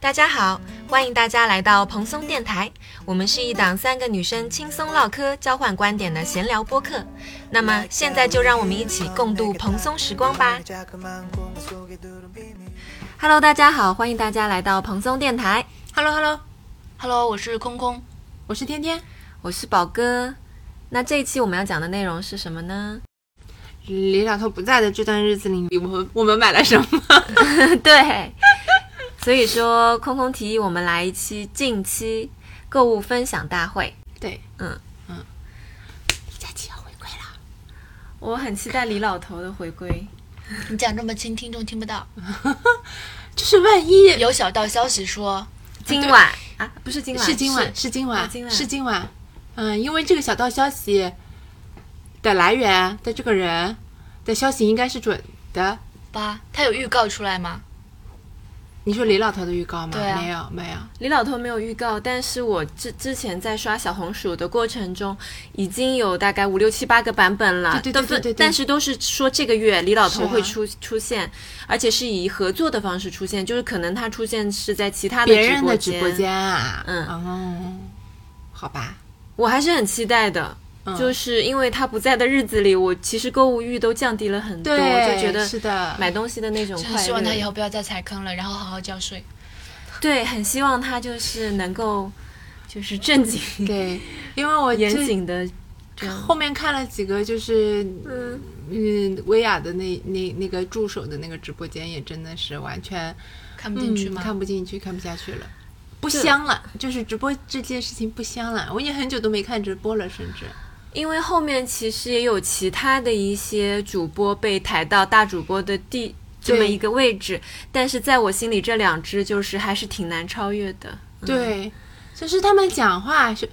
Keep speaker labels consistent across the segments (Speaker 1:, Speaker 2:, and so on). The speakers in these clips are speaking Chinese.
Speaker 1: 大家好，欢迎大家来到蓬松电台。我们是一档三个女生轻松唠嗑、交换观点的闲聊播客。那么现在就让我们一起共度蓬松时光吧。Hello，大家好，欢迎大家来到蓬松电台。
Speaker 2: Hello Hello Hello，我是空空，
Speaker 3: 我是天天，
Speaker 1: 我是宝哥。那这一期我们要讲的内容是什么呢？
Speaker 3: 李小头不在的这段日子里，我们我们买了什么？
Speaker 1: 对，所以说空空提议我们来一期近期购物分享大会。
Speaker 3: 对，
Speaker 1: 嗯
Speaker 3: 嗯，李佳琦要回归了，
Speaker 1: 我很期待李老头的回归。
Speaker 2: 你讲这么轻，听众听不到。
Speaker 3: 就是万一
Speaker 2: 有小道消息说，
Speaker 1: 今晚啊，不是今晚，
Speaker 3: 是啊今晚是今
Speaker 1: 哦
Speaker 3: 晚
Speaker 1: 今晚
Speaker 3: 是今晚，嗯，因为这个小道消息的来源的这个人的消息应该是准的。
Speaker 2: 吧，他有预告出来吗？
Speaker 3: 你说李老头的预告吗？
Speaker 2: 对啊
Speaker 3: 没有没有，
Speaker 1: 李老头没有预告，但是我之之前在刷小红薯的过程中，已经有大概五六七八个版本了，
Speaker 3: 对对对
Speaker 1: 都
Speaker 3: 对对对
Speaker 1: 但是都是说这个月李老头
Speaker 3: 是啊
Speaker 1: 会出、出现，而且是以合作的方式出现，就是可能他出现是在其他的
Speaker 3: 别人的直
Speaker 1: 直
Speaker 3: 播
Speaker 1: 播
Speaker 3: 间啊，
Speaker 1: 嗯
Speaker 3: 哦，好吧，
Speaker 1: 我还是很期待的。
Speaker 3: 嗯
Speaker 1: 就是因为他不在的日子里，我其实购物欲都降低了很多，
Speaker 3: 对
Speaker 1: 就觉得
Speaker 3: 是的
Speaker 1: 买东西的那种
Speaker 2: 就
Speaker 1: 快
Speaker 2: 很
Speaker 1: 乐。
Speaker 2: 希望他以后不要再踩坑了，然后好好交税。
Speaker 1: 对，很希望他就是能够，就是正经、
Speaker 3: 对，因为 我
Speaker 1: 严
Speaker 3: 最
Speaker 1: 谨的这样。
Speaker 3: 后面看了几个，就是嗯嗯，薇娅的那那那个助手的那个直播间也真的是完全
Speaker 2: 看不进去吗？
Speaker 3: 嗯看不进去，看不下去了，不香了，就是直播这件事情不香了。我已经很久都没看直播了，甚至
Speaker 1: 因为后面其实也有其他的一些主播被抬到大主播的地这么
Speaker 3: 对
Speaker 1: 一个位置，但是在我心里这两只就是还是挺难超越的。
Speaker 3: 对，就是他们讲话是，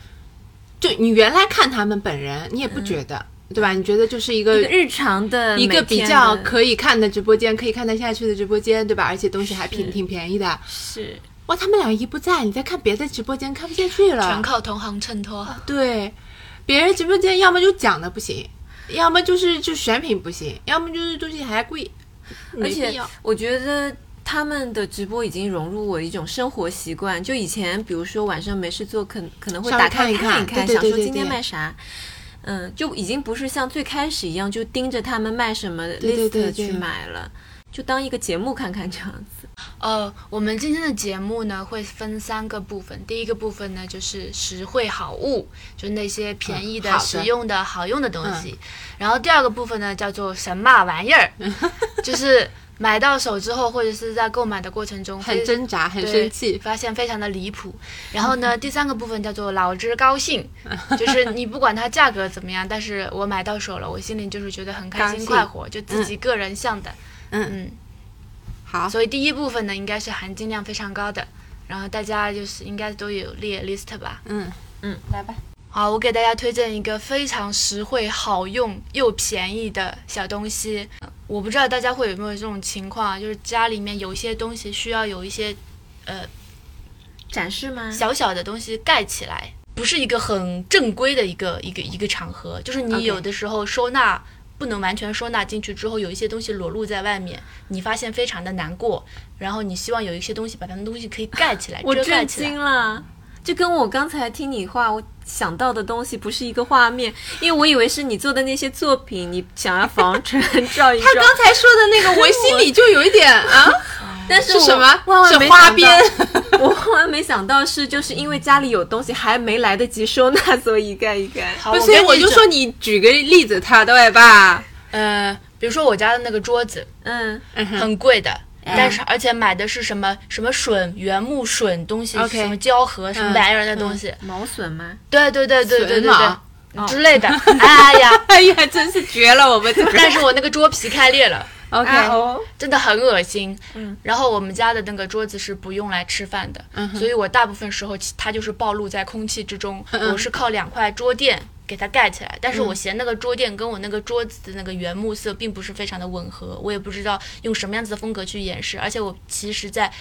Speaker 3: 就你原来看他们本人，你也不觉得，对吧？你觉得就是嗯一个
Speaker 1: 一个日常的
Speaker 3: 呃一个
Speaker 1: 每天
Speaker 3: 比较
Speaker 1: 的
Speaker 3: 可以看的直播间，可以看得下去的直播间，对吧？而且东西还挺
Speaker 1: 是
Speaker 3: 挺便宜的。
Speaker 1: 是
Speaker 3: 哇，他们俩一不在，你再看别的直播间看不下去了，
Speaker 2: 全靠同行衬托。
Speaker 3: 对，别人直播间要么就讲的不行，要么就是就选品不行，要么就是东西还贵，
Speaker 1: 而
Speaker 3: 没必
Speaker 1: 且
Speaker 3: 要。
Speaker 1: 我觉得他们的直播已经融入我一种生活习惯。就以前，比如说晚上没事做，可可能会
Speaker 3: 稍微
Speaker 1: 打
Speaker 3: 看
Speaker 1: 开
Speaker 3: 一看
Speaker 1: 一
Speaker 3: 对
Speaker 1: 看，
Speaker 3: 对
Speaker 1: 想
Speaker 3: 对
Speaker 1: 说
Speaker 3: 对
Speaker 1: 今天
Speaker 3: 对
Speaker 1: 卖啥。嗯，就已经不是像最开始一样就盯着他们卖什么
Speaker 3: 对对对
Speaker 1: list 去
Speaker 3: 对
Speaker 1: 买了，就当一个节目看看这样子。
Speaker 2: 呃，我们今天的节目呢会分三个部分，第一个部分呢就是实惠好物，就是那些便宜的、
Speaker 3: 嗯好的嗯
Speaker 2: 实用的、好用的东西。然后第二个部分呢叫做神马玩意 儿，就是买到手之后或者是在购买的过程中
Speaker 3: 很
Speaker 2: 非
Speaker 3: 挣扎，很
Speaker 2: 对
Speaker 3: 生气，
Speaker 2: 发现非常的离谱。然后 呢，第三个部分叫做老之高兴，就是你不管它价格怎么样，但是我买到手了，我心里就是觉得很开
Speaker 3: 高
Speaker 2: 心
Speaker 3: 兴
Speaker 2: 快活，就自己个人向的。
Speaker 3: 嗯哦
Speaker 2: 嗯，
Speaker 3: 好，
Speaker 2: 所以第一部分呢，应该是含金量非常高的，然后大家就是应该都有列 list 吧。
Speaker 3: 嗯，
Speaker 1: 来吧，
Speaker 2: 好，我给大家推荐一个非常实惠、好用又便宜的小东西。我不知道大家会有没有这种情况啊，就是家里面有一些东西需要有一些，呃，
Speaker 1: 展示吗？
Speaker 2: 小小的东西盖起来，不是一个很正规的一个一个一个场合，就是你
Speaker 3: OK
Speaker 2: 有的时候收纳。不能完全收纳进去之后，有一些东西裸露在外面，你发现非常的难过，然后你希望有一些东西把它们东西可以盖起 来，
Speaker 1: 我
Speaker 2: 遮盖
Speaker 1: 震
Speaker 2: 起来
Speaker 1: 惊。了，就跟我刚才听你话，我想到的东西不是一个画面，因为我以为是你做的那些作品，你想要防 尘照一照。
Speaker 3: 他刚才说的那个，我心里就有一点啊，
Speaker 1: 但是
Speaker 3: 是
Speaker 1: 我
Speaker 3: 什么
Speaker 1: 万万
Speaker 3: 是
Speaker 1: 没
Speaker 3: 花
Speaker 1: 想到
Speaker 3: 边
Speaker 1: 我万万没想到是，就是因为家里有东西还没来得及收纳， 所以盖一盖。
Speaker 2: 好，
Speaker 3: 所以
Speaker 2: 跟
Speaker 3: 我
Speaker 2: 你
Speaker 3: 就
Speaker 2: 整
Speaker 3: 说，你举个例子，他对吧？
Speaker 2: 呃，比如说我家的那个桌子
Speaker 1: 嗯，
Speaker 2: 很贵的，
Speaker 3: 嗯
Speaker 2: 但是而且买的是什么什么笋原木笋东西
Speaker 3: OK
Speaker 2: 什么胶合什么
Speaker 3: 嗯
Speaker 2: 玩意儿的东西，
Speaker 1: 毛笋吗？
Speaker 2: 对对对对对对
Speaker 3: 笋哦嘛
Speaker 2: 对之类的。 哎呀，
Speaker 3: 哎呀，真是绝了，我们这个
Speaker 2: 但是我那个桌皮开裂了，
Speaker 3: OK，
Speaker 1: 啊哦，
Speaker 2: 真的很恶心。嗯，然后我们家的那个桌子是不用来吃饭的，嗯、所以我大部分时候其它就是暴露在空气之中。我是靠两块桌垫给它盖起来，但是我嫌那个桌垫跟我那个桌子的那个原木色并不是非常的吻合，我也不知道用什么样子的风格去掩饰，而且我其实在。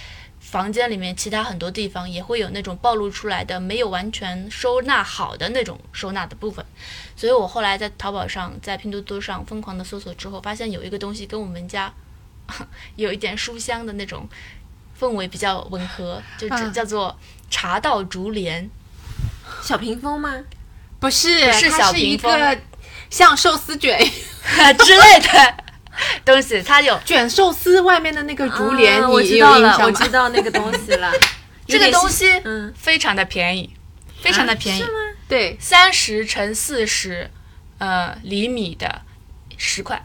Speaker 2: 房间里面其他很多地方也会有那种暴露出来的没有完全收纳好的那种收纳的部分，所以我后来在淘宝上、在拼多多上疯狂的搜索之后，发现有一个东西跟我们家有一点书香的那种氛围比较吻合，就
Speaker 3: 啊
Speaker 2: 只叫做茶道竹帘。
Speaker 1: 小屏风吗？
Speaker 3: 不是，
Speaker 2: 是
Speaker 3: 它
Speaker 2: 小
Speaker 3: 是一
Speaker 2: 屏风
Speaker 3: 个像寿司 卷
Speaker 2: 之类的 东西，它有
Speaker 3: 卷寿司外面的那个竹帘，
Speaker 1: 啊
Speaker 3: 你
Speaker 1: 我知
Speaker 3: 有
Speaker 1: 道
Speaker 3: 印
Speaker 1: 了，
Speaker 3: 象
Speaker 1: 我
Speaker 3: 吗
Speaker 1: 知道那个东西 了。
Speaker 2: 这个东西，啊
Speaker 1: 嗯，
Speaker 2: 非常的便宜，非常的便宜，
Speaker 3: 对，
Speaker 2: 三十乘四十，呃，厘米的十块，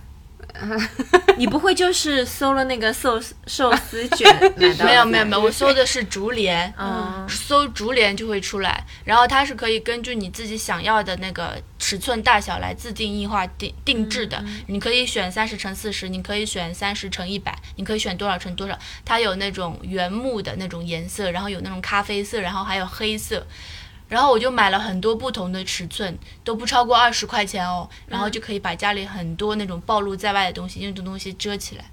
Speaker 1: 你不会就是搜了那个寿寿司卷买 到？
Speaker 2: 没有没有没有，，我搜的是竹帘，
Speaker 1: 嗯，
Speaker 2: 搜竹帘就会出来，然后它是可以根据你自己想要的那个尺寸大小来自定义化定定制的。你可以选三十乘四十，你可以选三十乘一百，你可以选多少乘多少。它有那种原木的那种颜色，然后有那种咖啡色，然后还有黑色。然后我就买了很多不同的尺寸，都不超过二十块钱哦，然后就可以把家里很多那种暴露在外的东西，用这种东西遮起来。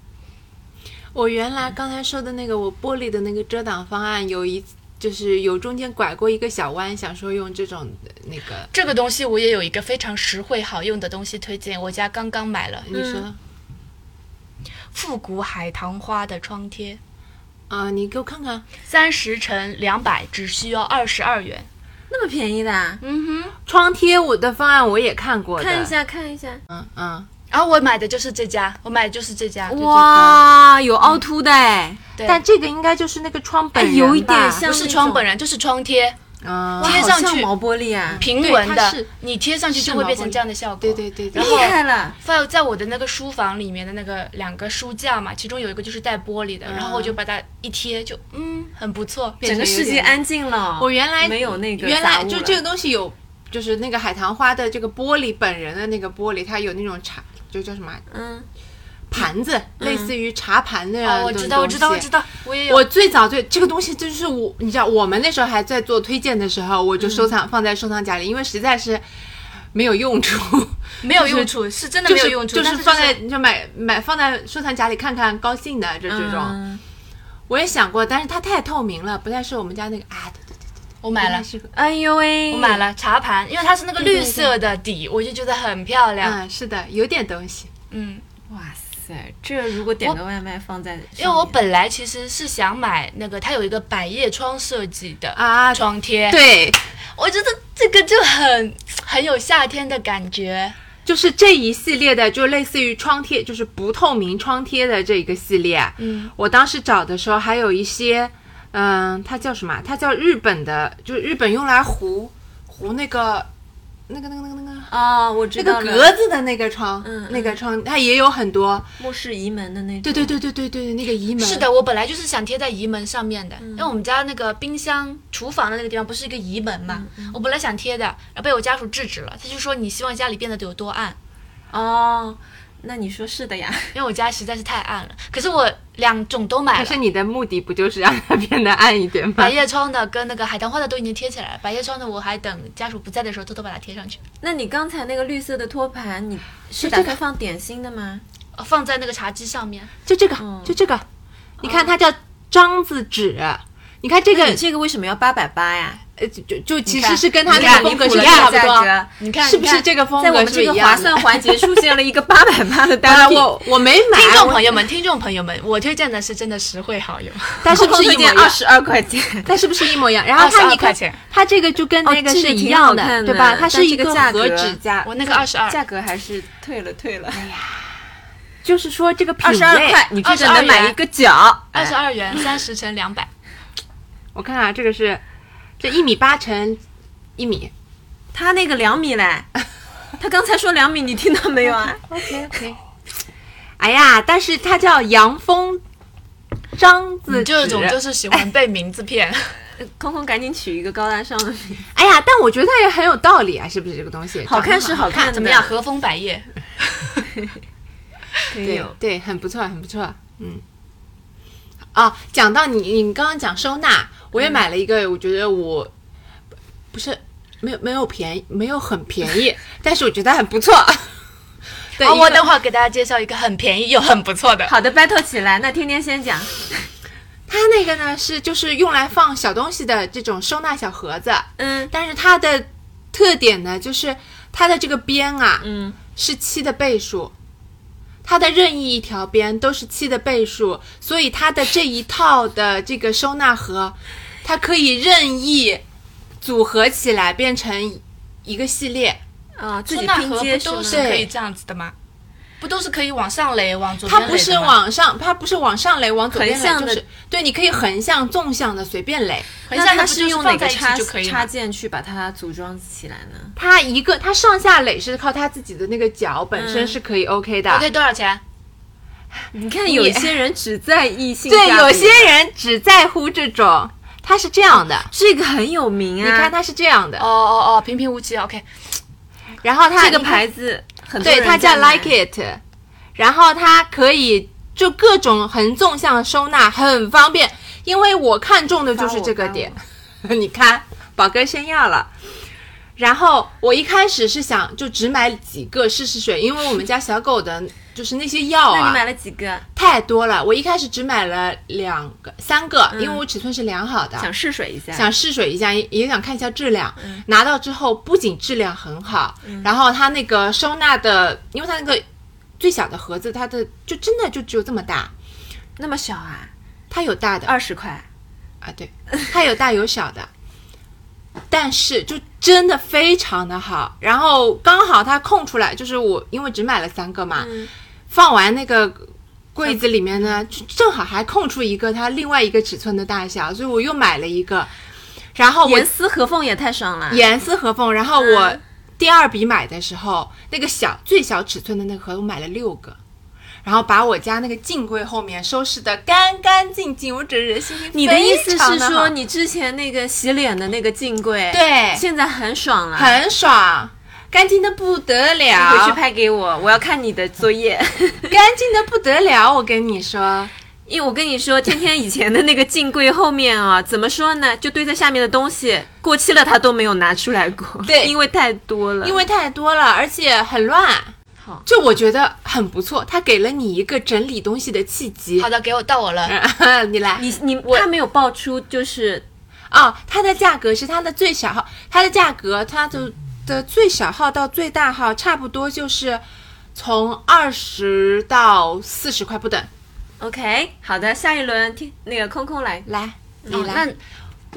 Speaker 3: 我原来刚才说的那个我玻璃的那个遮挡方案，有一就是有中间拐过一个小弯，想说用这种呃那个，
Speaker 2: 这个东西我也有一个非常实惠好用的东西推荐，我家刚刚买了，
Speaker 3: 你说啊、
Speaker 2: 复古海棠花的窗贴，
Speaker 3: 啊你给我看看，
Speaker 2: 三十乘两百只需要二十二元。
Speaker 1: 那么便宜的啊，
Speaker 2: 嗯哼，
Speaker 3: 窗贴我的方案我也看过的，
Speaker 1: 看一，下看一下。
Speaker 3: 嗯嗯，
Speaker 2: 然啊后我买的就是这家，我买的就是这家。
Speaker 1: 哇，有凹凸的哎，
Speaker 2: 对，
Speaker 3: 但这个应该就是那个窗本人吧、
Speaker 1: 有一点像
Speaker 2: 不是窗本人，就是窗贴，
Speaker 3: 啊，
Speaker 1: 哇
Speaker 2: 贴上去
Speaker 1: 好像毛玻璃啊，
Speaker 2: 平纹
Speaker 3: 对它是
Speaker 2: 的，你贴上去就会变成这样的效果。
Speaker 3: 对对对对
Speaker 2: 然
Speaker 1: 厉
Speaker 2: 后
Speaker 1: 害了。
Speaker 2: 放在我的那个书房里面的那个两个书架嘛，其中有一个就是带玻璃的，然后我就把它一贴就，嗯，很不错。
Speaker 3: 变
Speaker 1: 整
Speaker 3: 成
Speaker 1: 个世
Speaker 3: 有
Speaker 1: 界
Speaker 3: 点
Speaker 1: 安静了。
Speaker 3: 我原来
Speaker 1: 没有那个
Speaker 3: 原
Speaker 1: 杂
Speaker 3: 来
Speaker 1: 物
Speaker 3: 就
Speaker 1: 了
Speaker 3: 这个东西有，就是那个海棠花的这个玻璃本人的那个玻璃，它有那种茶，就叫什么啊
Speaker 1: 嗯，
Speaker 3: 盘子，类似于茶盘那样
Speaker 2: 哦，
Speaker 3: 的、
Speaker 2: 我知道，我知道，我知。道，我也有。
Speaker 3: 我最早最这个东西就是我，你知道，我们那时候还在做推荐的时候，我就收藏、放在收藏夹里，因为实在是没有用处，
Speaker 2: 没有用处，是真的
Speaker 3: 就
Speaker 2: 没
Speaker 3: 是
Speaker 2: 有用处，
Speaker 3: 就
Speaker 2: 但
Speaker 3: 是
Speaker 2: 是
Speaker 3: 放在就买买放在收藏夹里看看高兴的就这种。
Speaker 1: 嗯
Speaker 3: 我也想过，但是它太透明了，不太是我们家那个啊，对对对，
Speaker 2: 我买
Speaker 3: 不
Speaker 2: 了
Speaker 3: 太。适合。
Speaker 1: 哎呦喂，
Speaker 2: 我买了茶盘，因为它是那个
Speaker 3: 对对
Speaker 2: 绿色的底，我就觉得很漂亮。
Speaker 3: 嗯，是的，有点东西。
Speaker 2: 嗯，
Speaker 1: 哇塞，这如果点个外卖放在上面，
Speaker 2: 因为我本来其实是想买那个，它有一个百叶窗设计的
Speaker 3: 啊
Speaker 2: 窗贴，
Speaker 3: 对，
Speaker 2: 我觉得这个就很很有夏天的感觉。
Speaker 3: 就是这一系列的，就类似于窗贴，就是不透明窗贴的这一个系列。
Speaker 2: 嗯，
Speaker 3: 我当时找的时候还有一些，嗯，它叫什么啊？它叫日本的，就是日本用来糊糊那个那个那个那个那个
Speaker 1: 哦，我知
Speaker 3: 那
Speaker 1: 道
Speaker 3: 个
Speaker 1: 了，
Speaker 3: 格子的那个窗，
Speaker 1: 嗯
Speaker 3: 那个窗它也有很多。
Speaker 1: 墓室移门的那种，
Speaker 3: 对对对对对对，那个移门
Speaker 2: 是，的，我本来就是想贴在移门上面的，
Speaker 3: 嗯
Speaker 2: 因为我们家那个冰箱、厨房的那个地方不是一个移门嘛，
Speaker 3: 嗯
Speaker 2: 我本来想贴的，然后被我家属制止了，他就说你希望家里变得有多暗，
Speaker 1: 哦，那你说是的呀？
Speaker 2: 因为我家实在是太暗了。可是我两种都买
Speaker 3: 可
Speaker 2: 了
Speaker 3: 是。你的目的不就是让它变得暗一点吗
Speaker 2: 百？叶窗的跟那个海棠花的都已经贴起来了，百叶窗的我还等家属不在的时候偷偷把它贴上去，
Speaker 1: 那你刚才那个绿色的托盘，你是
Speaker 3: 就
Speaker 1: 打
Speaker 3: 这个
Speaker 1: 算放点心的吗？
Speaker 2: 呃放在那个茶几上面。
Speaker 3: 就这个
Speaker 1: 嗯，
Speaker 3: 就这个，你看它叫张子纸，哦你看这
Speaker 1: 那
Speaker 3: 个
Speaker 1: 你这个为什么要八百八呀？
Speaker 3: 呃，就就就其
Speaker 1: 你看
Speaker 3: 实是跟他
Speaker 1: 你
Speaker 3: 那
Speaker 1: 看
Speaker 3: 个风格
Speaker 1: 离
Speaker 3: 是
Speaker 1: 谱了
Speaker 3: 差不
Speaker 1: 这个
Speaker 3: 多
Speaker 1: 价格，
Speaker 2: 你看，
Speaker 3: 是不
Speaker 2: 你
Speaker 3: 是
Speaker 2: 看？
Speaker 3: 这个风
Speaker 1: 在我
Speaker 3: 格
Speaker 1: 们
Speaker 3: 是
Speaker 1: 这个
Speaker 3: 一
Speaker 1: 划
Speaker 3: 样
Speaker 1: 算
Speaker 3: 的？
Speaker 1: 环节出现了一个八百八的
Speaker 3: 当
Speaker 1: 单
Speaker 3: 然
Speaker 1: 品，
Speaker 3: 我我没买，
Speaker 2: 听众朋
Speaker 3: 友，
Speaker 2: 友们，听众朋友们，我推荐的是真的实惠好 用，
Speaker 3: 但是不 是一模一
Speaker 1: 二
Speaker 3: 样？
Speaker 1: 十二块钱？
Speaker 3: 但是不是一模一 样？然后它
Speaker 2: 22
Speaker 3: 你
Speaker 2: 块
Speaker 3: 看
Speaker 2: 钱，
Speaker 3: 它这个就跟
Speaker 1: 哦
Speaker 3: 那个
Speaker 1: 这个
Speaker 3: 是一
Speaker 1: 挺
Speaker 3: 样
Speaker 1: 好看的
Speaker 3: 对吧？它
Speaker 1: 但
Speaker 3: 是一
Speaker 1: 这个
Speaker 3: 个
Speaker 1: 价
Speaker 3: 合
Speaker 1: 格
Speaker 3: 指甲，
Speaker 2: 我那个二十二，
Speaker 1: 价格还是退了退了，
Speaker 3: 就是说这个品
Speaker 1: 二十二
Speaker 3: 类
Speaker 1: 块，你这个能买一个角，哎
Speaker 2: 二十二元，三十乘两百，
Speaker 3: 我看啊，这个是这一米八乘一米
Speaker 1: 他那个两米 嘞，他刚才说两米，你听到没有啊？
Speaker 3: ，OK OK。哎呀，但是它叫洋风张子
Speaker 2: 你这种
Speaker 3: 纸
Speaker 2: 就是喜 欢被名字骗。
Speaker 1: 空空赶紧取一个高大上的名字，
Speaker 3: 哎呀，但我觉得它也很有道理啊，是不是这个东西？
Speaker 1: 好看是
Speaker 3: 好。
Speaker 1: 好看的，
Speaker 2: 怎么样？和风百叶，
Speaker 1: 可以
Speaker 3: 对
Speaker 1: 有。
Speaker 3: 对，很不错，很不错，嗯。哦，讲到你，你刚刚讲收纳，我也买了一个，我觉得我不是没有没有便宜，没有很便 宜，但是我觉得很不错。 哦对，
Speaker 2: 好，
Speaker 3: 一
Speaker 2: 我
Speaker 3: 个
Speaker 2: 等会儿给大家介绍一个很便宜又很不 错的。
Speaker 1: 好的，battle 起来。那天天先讲，
Speaker 3: 它那个呢是就是用来放小东西的这种收纳小盒子，
Speaker 1: 嗯
Speaker 3: 但是它的特点呢就是它的这个边啊，
Speaker 1: 嗯，
Speaker 3: 是七的倍数，它的任意一条边都是七的倍数，所以它的这一套的这个收纳盒，它可以任意组合起来变成一个系列。
Speaker 1: 啊，自
Speaker 2: 收
Speaker 1: 己
Speaker 2: 纳
Speaker 1: 拼
Speaker 2: 盒
Speaker 1: 接
Speaker 2: 不都
Speaker 1: 吗？
Speaker 2: 是可以这样子的吗？不都是可以往上垒，往左边
Speaker 3: 它
Speaker 2: 垒的吗
Speaker 3: 不是往上，它不是往上垒，往左边
Speaker 1: 横向
Speaker 3: 垒，就
Speaker 1: 的
Speaker 3: 是对，你可以横向、纵向的随便垒。
Speaker 2: 横
Speaker 1: 那
Speaker 2: 向
Speaker 1: 它
Speaker 2: 的不就是
Speaker 1: 用哪
Speaker 2: 放
Speaker 1: 个
Speaker 2: 在一
Speaker 1: 插
Speaker 2: 起就可以
Speaker 1: 插
Speaker 2: 吗？
Speaker 1: 件去把它组装起来呢？
Speaker 3: 它一个，它上下垒是靠它自己的那个脚本
Speaker 1: 嗯
Speaker 3: 身是可以 OK 的。
Speaker 2: OK，多少钱？
Speaker 1: 你看，有一些人只在意性价
Speaker 3: 对，
Speaker 1: 比，
Speaker 3: 有些人只在乎这种，它是这样的。
Speaker 1: 这个很有名
Speaker 3: 你
Speaker 1: 啊。
Speaker 3: 看，它是这样的，
Speaker 2: 哦哦哦，平平无奇。OK，
Speaker 3: 然后它
Speaker 1: 这个
Speaker 3: 你看
Speaker 1: 牌子，很多
Speaker 3: 对，
Speaker 1: 人
Speaker 3: 它叫
Speaker 1: 在买
Speaker 3: Like It，然后它可以就各种横纵向收纳，很方便。因为我看中的就是这个点， 你看，宝哥先要了。然后我一开始是想就只买几个试试水，因为我们家小狗的就是那些药
Speaker 1: 那你
Speaker 3: 啊
Speaker 1: 买了几个？
Speaker 3: 太多了。我一开始只买了两个、三个，
Speaker 1: 嗯
Speaker 3: 因为我尺寸是量好的，
Speaker 1: 想试水一下。
Speaker 3: 想试水一下，也也想看一下质量。拿到之后，不仅质量很好，然后它那个收纳的，因为它那个最小的盒子，它的就真的就只有这么大，
Speaker 1: 那么小啊，
Speaker 3: 它有大的
Speaker 1: 二十块，
Speaker 3: 啊，对，它有大有小的， 但是就真的非常的好。然后刚好它空出来，就是我因为只买了三个嘛，放完那个柜子里面呢，就正好还空出一个它另外一个尺寸的大小，所以我又买了一个。然后我
Speaker 1: 严丝合缝也太爽了。
Speaker 3: 严丝合缝。然后
Speaker 1: 啊
Speaker 3: 我第二笔买的时候，那个小最小尺寸的那个盒，我买了六个。然后把我家那个镜柜后面收拾的干干净净，我整个人心情
Speaker 1: 你的意
Speaker 3: 非
Speaker 1: 思
Speaker 3: 常
Speaker 1: 是
Speaker 3: 地
Speaker 1: 说，
Speaker 3: 好
Speaker 1: 你之前那个洗脸的那个镜柜，
Speaker 3: 对
Speaker 1: 现在很爽了。
Speaker 3: 很爽，干净的不得
Speaker 1: 你回去
Speaker 3: 了，
Speaker 1: 拍给我，我要看你的作业。
Speaker 3: 干净的不得了，我跟你说，
Speaker 1: 因为我跟你说，天天以前的那个镜柜后面啊， 怎么说呢，就堆在下面的东西，过期了他都没有拿出来 过。
Speaker 3: 对
Speaker 1: 因为太多了。
Speaker 3: 因为太多了，而且很乱。
Speaker 1: 嗯好，
Speaker 3: 就我觉得很不错，它给了你一个整理东西的契机
Speaker 2: 好。的，给我到我了。
Speaker 3: 你来，
Speaker 1: 你你他没有爆出，就是
Speaker 3: 哦，它的价格是它的最小号，它的价格它的的最小号到最大号差不多就是从二十到四十块不等。
Speaker 1: OK。好的，下一轮听那个空空来。
Speaker 3: 来，你
Speaker 2: 哦，
Speaker 3: 来，
Speaker 2: 那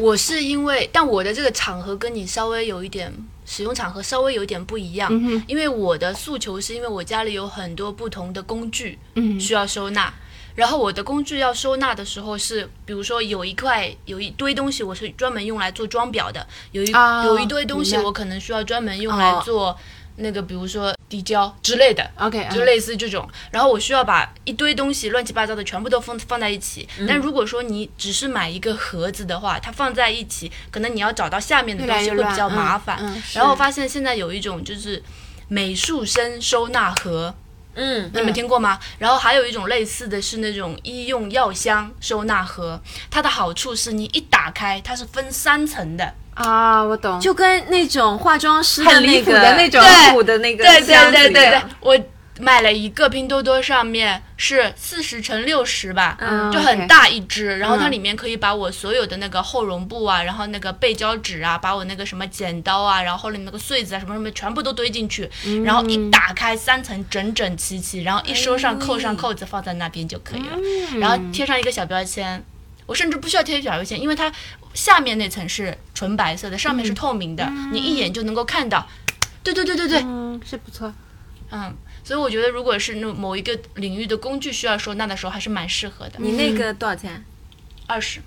Speaker 2: 我是因为，但我的这个场合跟你稍微有一点使用场合稍微有一点不一
Speaker 3: 嗯
Speaker 2: 样，因为我的诉求是因为我家里有很多不同的工具，嗯，需要收纳。然后我的工具要收纳的时候是，比如说有一块有一堆东西我是专门用来做装裱的，有一、
Speaker 3: 哦
Speaker 2: 有一堆东西
Speaker 3: 明白哦
Speaker 2: 我可能需要专门用来做那个，比如说滴胶之类的。
Speaker 3: OK，嗯
Speaker 2: 就类似这种。然后我需要把一堆东西乱七八糟的全部都放放在一起。
Speaker 3: 嗯
Speaker 2: 但如果说你只是买一个盒子的话，它放在一起，可能你要找到下面的
Speaker 3: 越来
Speaker 2: 东西
Speaker 3: 越
Speaker 2: 会
Speaker 3: 乱
Speaker 2: 比较
Speaker 3: 嗯
Speaker 2: 麻烦。
Speaker 3: 嗯是
Speaker 2: 然后我发现现在有一种就是美术生收纳盒。
Speaker 1: 嗯，
Speaker 2: 你们听过吗？然后还有一种类似的是那种医用药箱收纳盒，它的好处是你一打开，它是分三层的，
Speaker 3: 啊，我懂，
Speaker 1: 就跟那种化妆师
Speaker 3: 很
Speaker 1: 的
Speaker 3: 离
Speaker 1: 那
Speaker 3: 谱
Speaker 1: 个
Speaker 3: 的那种
Speaker 1: 离谱的那个
Speaker 2: 对
Speaker 1: 箱
Speaker 2: 对
Speaker 1: 子
Speaker 2: 对
Speaker 1: 一
Speaker 2: 对对
Speaker 1: 样，
Speaker 2: 我买了一个拼多多上面是四十乘六十吧，
Speaker 1: 嗯
Speaker 2: 就
Speaker 3: OK
Speaker 2: 很大一只，然后它
Speaker 3: 嗯
Speaker 2: 里面可以把我所有的那个厚绒布啊，然后那个背胶纸啊，把我那个什么剪刀啊，然后后面那个穗子啊什么什么全部都堆进去，
Speaker 3: 嗯
Speaker 2: 然后一打开三层整整齐齐，然后一收上扣上扣子放在那边就可以了，
Speaker 3: 哎
Speaker 2: 然后贴上一个小标签。我甚至不需要贴小标签，因为它下面那层是纯白色的，上
Speaker 3: 嗯
Speaker 2: 面是透明的，你一眼就能够看到。对对对对对，
Speaker 3: 嗯，是不错。
Speaker 2: 嗯，所以我觉得，如果是那某一个领域的工具需要收纳的时候，还是蛮适合的。
Speaker 3: 嗯
Speaker 1: 你那个多少钱？
Speaker 2: 二十，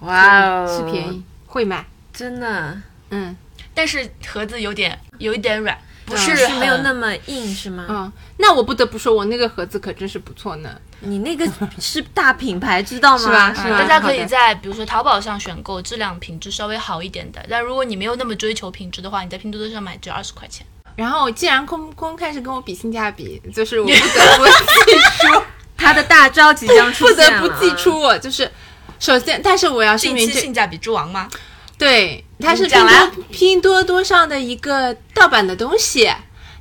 Speaker 1: 哇哦
Speaker 3: 是便宜，，会买。
Speaker 1: 真的
Speaker 3: 嗯
Speaker 2: 但是盒子有点有一点软，不是
Speaker 1: 啊是嗯
Speaker 2: 很
Speaker 1: 没有那么硬是吗？
Speaker 3: 嗯，那我不得不说，我那个盒子可真是不错呢。
Speaker 1: 你那个是大品牌，知道吗？
Speaker 3: 是吧
Speaker 2: 嗯
Speaker 3: 是吧
Speaker 2: 大家可
Speaker 3: 好
Speaker 2: 以
Speaker 3: 的
Speaker 2: 在比如说淘宝上选购质量品质稍微好一点的，但如果你没有那么追求品质的话，你在拼多多上买只要二十块钱。
Speaker 3: 然后，既然空空开始跟我比性价比，就是我不得不记 出，
Speaker 1: 他的大招即将出
Speaker 3: 不
Speaker 1: 现
Speaker 3: 得
Speaker 1: 了
Speaker 3: 不
Speaker 1: 啊
Speaker 3: 记出我就是，首先，但是我要
Speaker 2: 近
Speaker 3: 声明
Speaker 2: 期
Speaker 3: 这
Speaker 2: 性价比之王嘛，
Speaker 3: 对，它是
Speaker 1: 你
Speaker 3: 拼
Speaker 1: 讲
Speaker 3: 多
Speaker 1: 完
Speaker 3: 拼多多上的一个盗版的东西，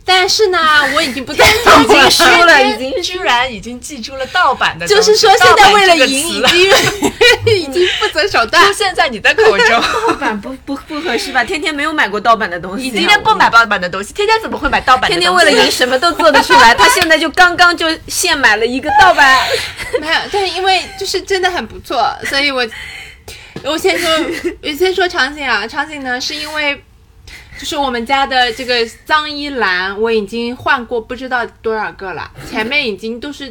Speaker 3: 但是 呢，我已经不赞同
Speaker 1: 已经输了，哎已经
Speaker 2: 哎
Speaker 4: 天居然已经记住了盗版的东
Speaker 3: 就
Speaker 4: 西，
Speaker 3: 是说，现
Speaker 4: 盗版
Speaker 3: 在为了
Speaker 4: 这个
Speaker 3: 赢，
Speaker 4: 词
Speaker 3: 已
Speaker 4: 了
Speaker 3: 经已经不择手段
Speaker 4: 出。现在你的口 中。
Speaker 1: 盗版 不不不合适吧？天天没有买过盗版的东西、啊
Speaker 4: 你今天不买盗版的东西，天天怎么会买盗版的东
Speaker 1: 天
Speaker 4: 西？
Speaker 1: 天为了赢什么都做得出 来，他现在就刚刚就现买了一个盗版，
Speaker 3: 没有，但是因为就是真的很不错，所以我我先说，我先说场景啊，场景呢是因为就是我们家的这个脏衣篮，我已经换过不知道多少个了，前面已经都是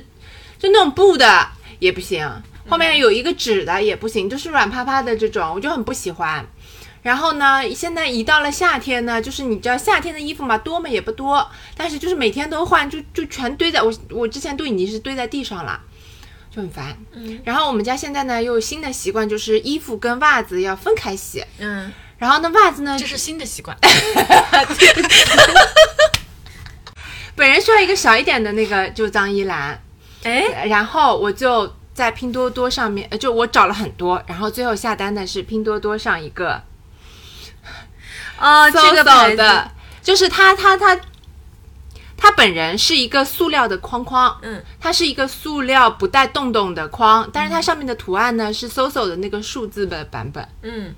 Speaker 3: 就那种布的也不行，后面有一个纸的也不行，就是软趴趴的这种，我就很不喜欢。然后呢，现在一到了夏天呢，就是你知道夏天的衣服嘛，多嘛也不多，但是就是每天都换，就就全堆在我我之前都已经是堆在地上了。就很烦。嗯，然后我们家现在呢又有新的习惯，就是衣服跟袜子要分开洗。
Speaker 4: 嗯，
Speaker 3: 然后呢，袜子呢
Speaker 4: 这，是新的习惯。
Speaker 3: 本人需要一个小一点的那个就脏衣篮，
Speaker 1: 哎，
Speaker 3: 然后我就在拼多多上面，呃就我找了很多，然后最后下单的是拼多多上一个
Speaker 1: 哦，这个牌
Speaker 3: 走
Speaker 1: 子
Speaker 3: 的，就是它它它。它本人是一个塑料的框框，
Speaker 4: 嗯，
Speaker 3: 它是一个塑料不带洞洞的框，但是它上面的图案呢是 SOSO 的那个数字的版本，
Speaker 1: 嗯。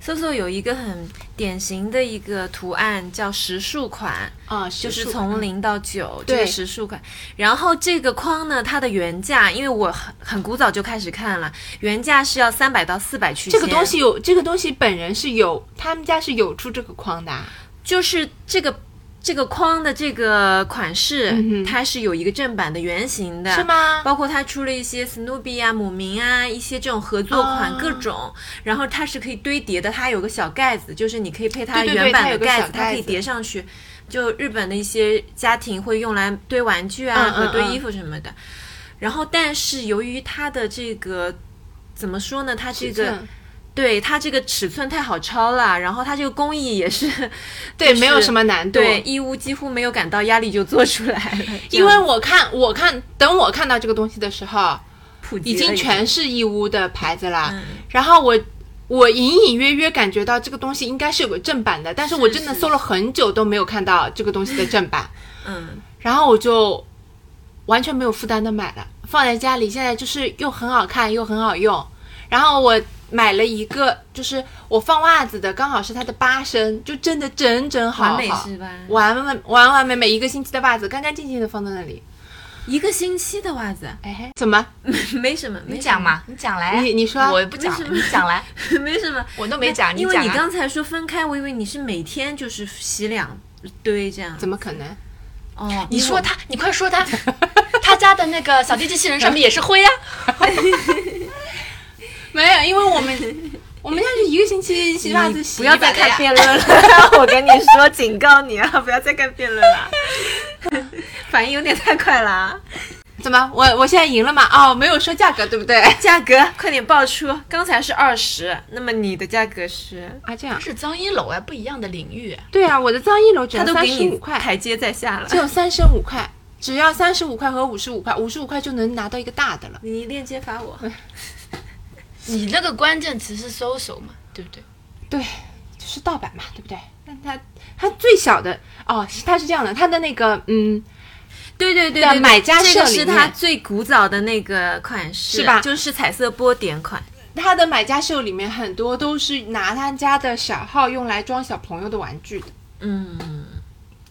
Speaker 1: 搜搜有一个很典型的一个图案叫实数款，
Speaker 3: 啊、
Speaker 1: 就是
Speaker 3: 数
Speaker 1: 从零到九这个
Speaker 3: 对
Speaker 1: 实数款。然后这个框呢，它的原价，因为我很很古早就开始看了，原价是要三百到四百区
Speaker 3: 这
Speaker 1: 间。
Speaker 3: 个东西有，这个东西本人是有，他们家是有出这个框的啊、
Speaker 1: 就是这个这个框的这个款式，
Speaker 3: 嗯哼
Speaker 1: 它是有一个正版的原型的，
Speaker 3: 是吗
Speaker 1: 包括它出了一些 Snoopy 啊、姆明啊一些这种合作款、
Speaker 3: 哦
Speaker 1: 各种，然后它是可以堆叠的，它还有个小盖子，就是你可以配它
Speaker 3: 对对对
Speaker 1: 原版
Speaker 3: 它
Speaker 1: 的
Speaker 3: 有个
Speaker 1: 盖
Speaker 3: 小
Speaker 1: 子，它可
Speaker 3: 盖
Speaker 1: 以
Speaker 3: 子
Speaker 1: 叠上去。就日本的一些家庭会用来堆玩具啊
Speaker 3: 嗯嗯
Speaker 1: 和堆
Speaker 3: 嗯
Speaker 1: 衣服什么的，然后但是由于它的这个怎么说呢，它这个
Speaker 3: 嗯
Speaker 1: 对它这个尺寸太好抄了，然后它这个工艺也是，
Speaker 3: 对，
Speaker 1: 就是
Speaker 3: 没有什么难度。
Speaker 1: 对，义乌几乎没有感到压力就做出来了，这
Speaker 3: 因
Speaker 1: 样
Speaker 3: 为我看，我看，等我看到这个东西的时候，
Speaker 1: 普及
Speaker 3: 已经
Speaker 1: 了
Speaker 3: 全是义乌的牌子了。
Speaker 1: 嗯
Speaker 3: 然后我，我隐隐约约感觉到这个东西应该是有个正版的，但是我真的
Speaker 1: 是
Speaker 3: 搜了很久都没有看到这个东西的 正版，
Speaker 1: 嗯，
Speaker 3: 然后我就完全没有负担的买了，放在家里，现在就是又很好看又很好用。然后我买了一个，就是我放袜子的，刚好是它的八身，就真的整整好
Speaker 1: 完
Speaker 3: 好，
Speaker 1: 美是吧？
Speaker 3: 完完完完美美一个星期的袜子，干干净净的放在那里。
Speaker 1: 一个星期的袜子，
Speaker 3: 哎，怎么？
Speaker 1: 没什么，没
Speaker 2: 你
Speaker 1: 什
Speaker 2: 讲
Speaker 1: 么，
Speaker 2: 嘛，你讲来，
Speaker 3: 你你说
Speaker 2: 我不讲
Speaker 1: 为什，么
Speaker 2: 你讲来，
Speaker 1: 没什么，
Speaker 2: 我都没讲，
Speaker 1: 因为
Speaker 2: 讲
Speaker 1: 你
Speaker 2: 啊。
Speaker 1: 刚才说分开，我以为你是每天就是洗两堆这样，
Speaker 3: 怎么可能？
Speaker 1: 哦？
Speaker 2: 你说
Speaker 1: 我
Speaker 2: 他，你快说他，他家的那个扫地机器人上面也是灰啊。
Speaker 3: 没有，因为我 们我们家是一个星期洗袜子
Speaker 1: 你
Speaker 3: 洗
Speaker 1: 不要
Speaker 3: 一百
Speaker 1: 再
Speaker 3: 个
Speaker 1: 看
Speaker 3: 呀
Speaker 1: 辩论了， 我跟你说，警告你啊，不要再看辩论 了，反应有点太快了啊。
Speaker 3: 怎么？我我现在赢了吗？哦，没有说价格，对不对？
Speaker 1: 价格快点报出，刚才是二十，那么你的价格是？
Speaker 3: 啊，这样
Speaker 2: 是脏衣篓啊，不一样的领域。
Speaker 3: 对啊，我的脏衣篓只
Speaker 1: 他
Speaker 3: 要
Speaker 1: 都
Speaker 3: 三
Speaker 1: 给
Speaker 3: 十
Speaker 1: 你
Speaker 3: 五块，
Speaker 1: 台阶在下了
Speaker 3: 只。有三十五块，只要三十五块和五十五块，五十五块就能拿到一个大的了。
Speaker 1: 你链接发我，
Speaker 2: 你那个关键词是搜索嘛，对不对？
Speaker 3: 对，就是盗版嘛，对不对？但它它最小的哦，是它是这样的，它的那个嗯，
Speaker 1: 对对对
Speaker 3: 在
Speaker 1: 对，
Speaker 3: 买家
Speaker 1: 这个
Speaker 3: 社里
Speaker 1: 是它
Speaker 3: 面
Speaker 1: 最古早的那个款式，啊
Speaker 3: 是吧
Speaker 1: 就是彩色波点款，
Speaker 3: 它的买家秀里面很多都是拿他家的小号用来装小朋友的玩具的，
Speaker 1: 嗯，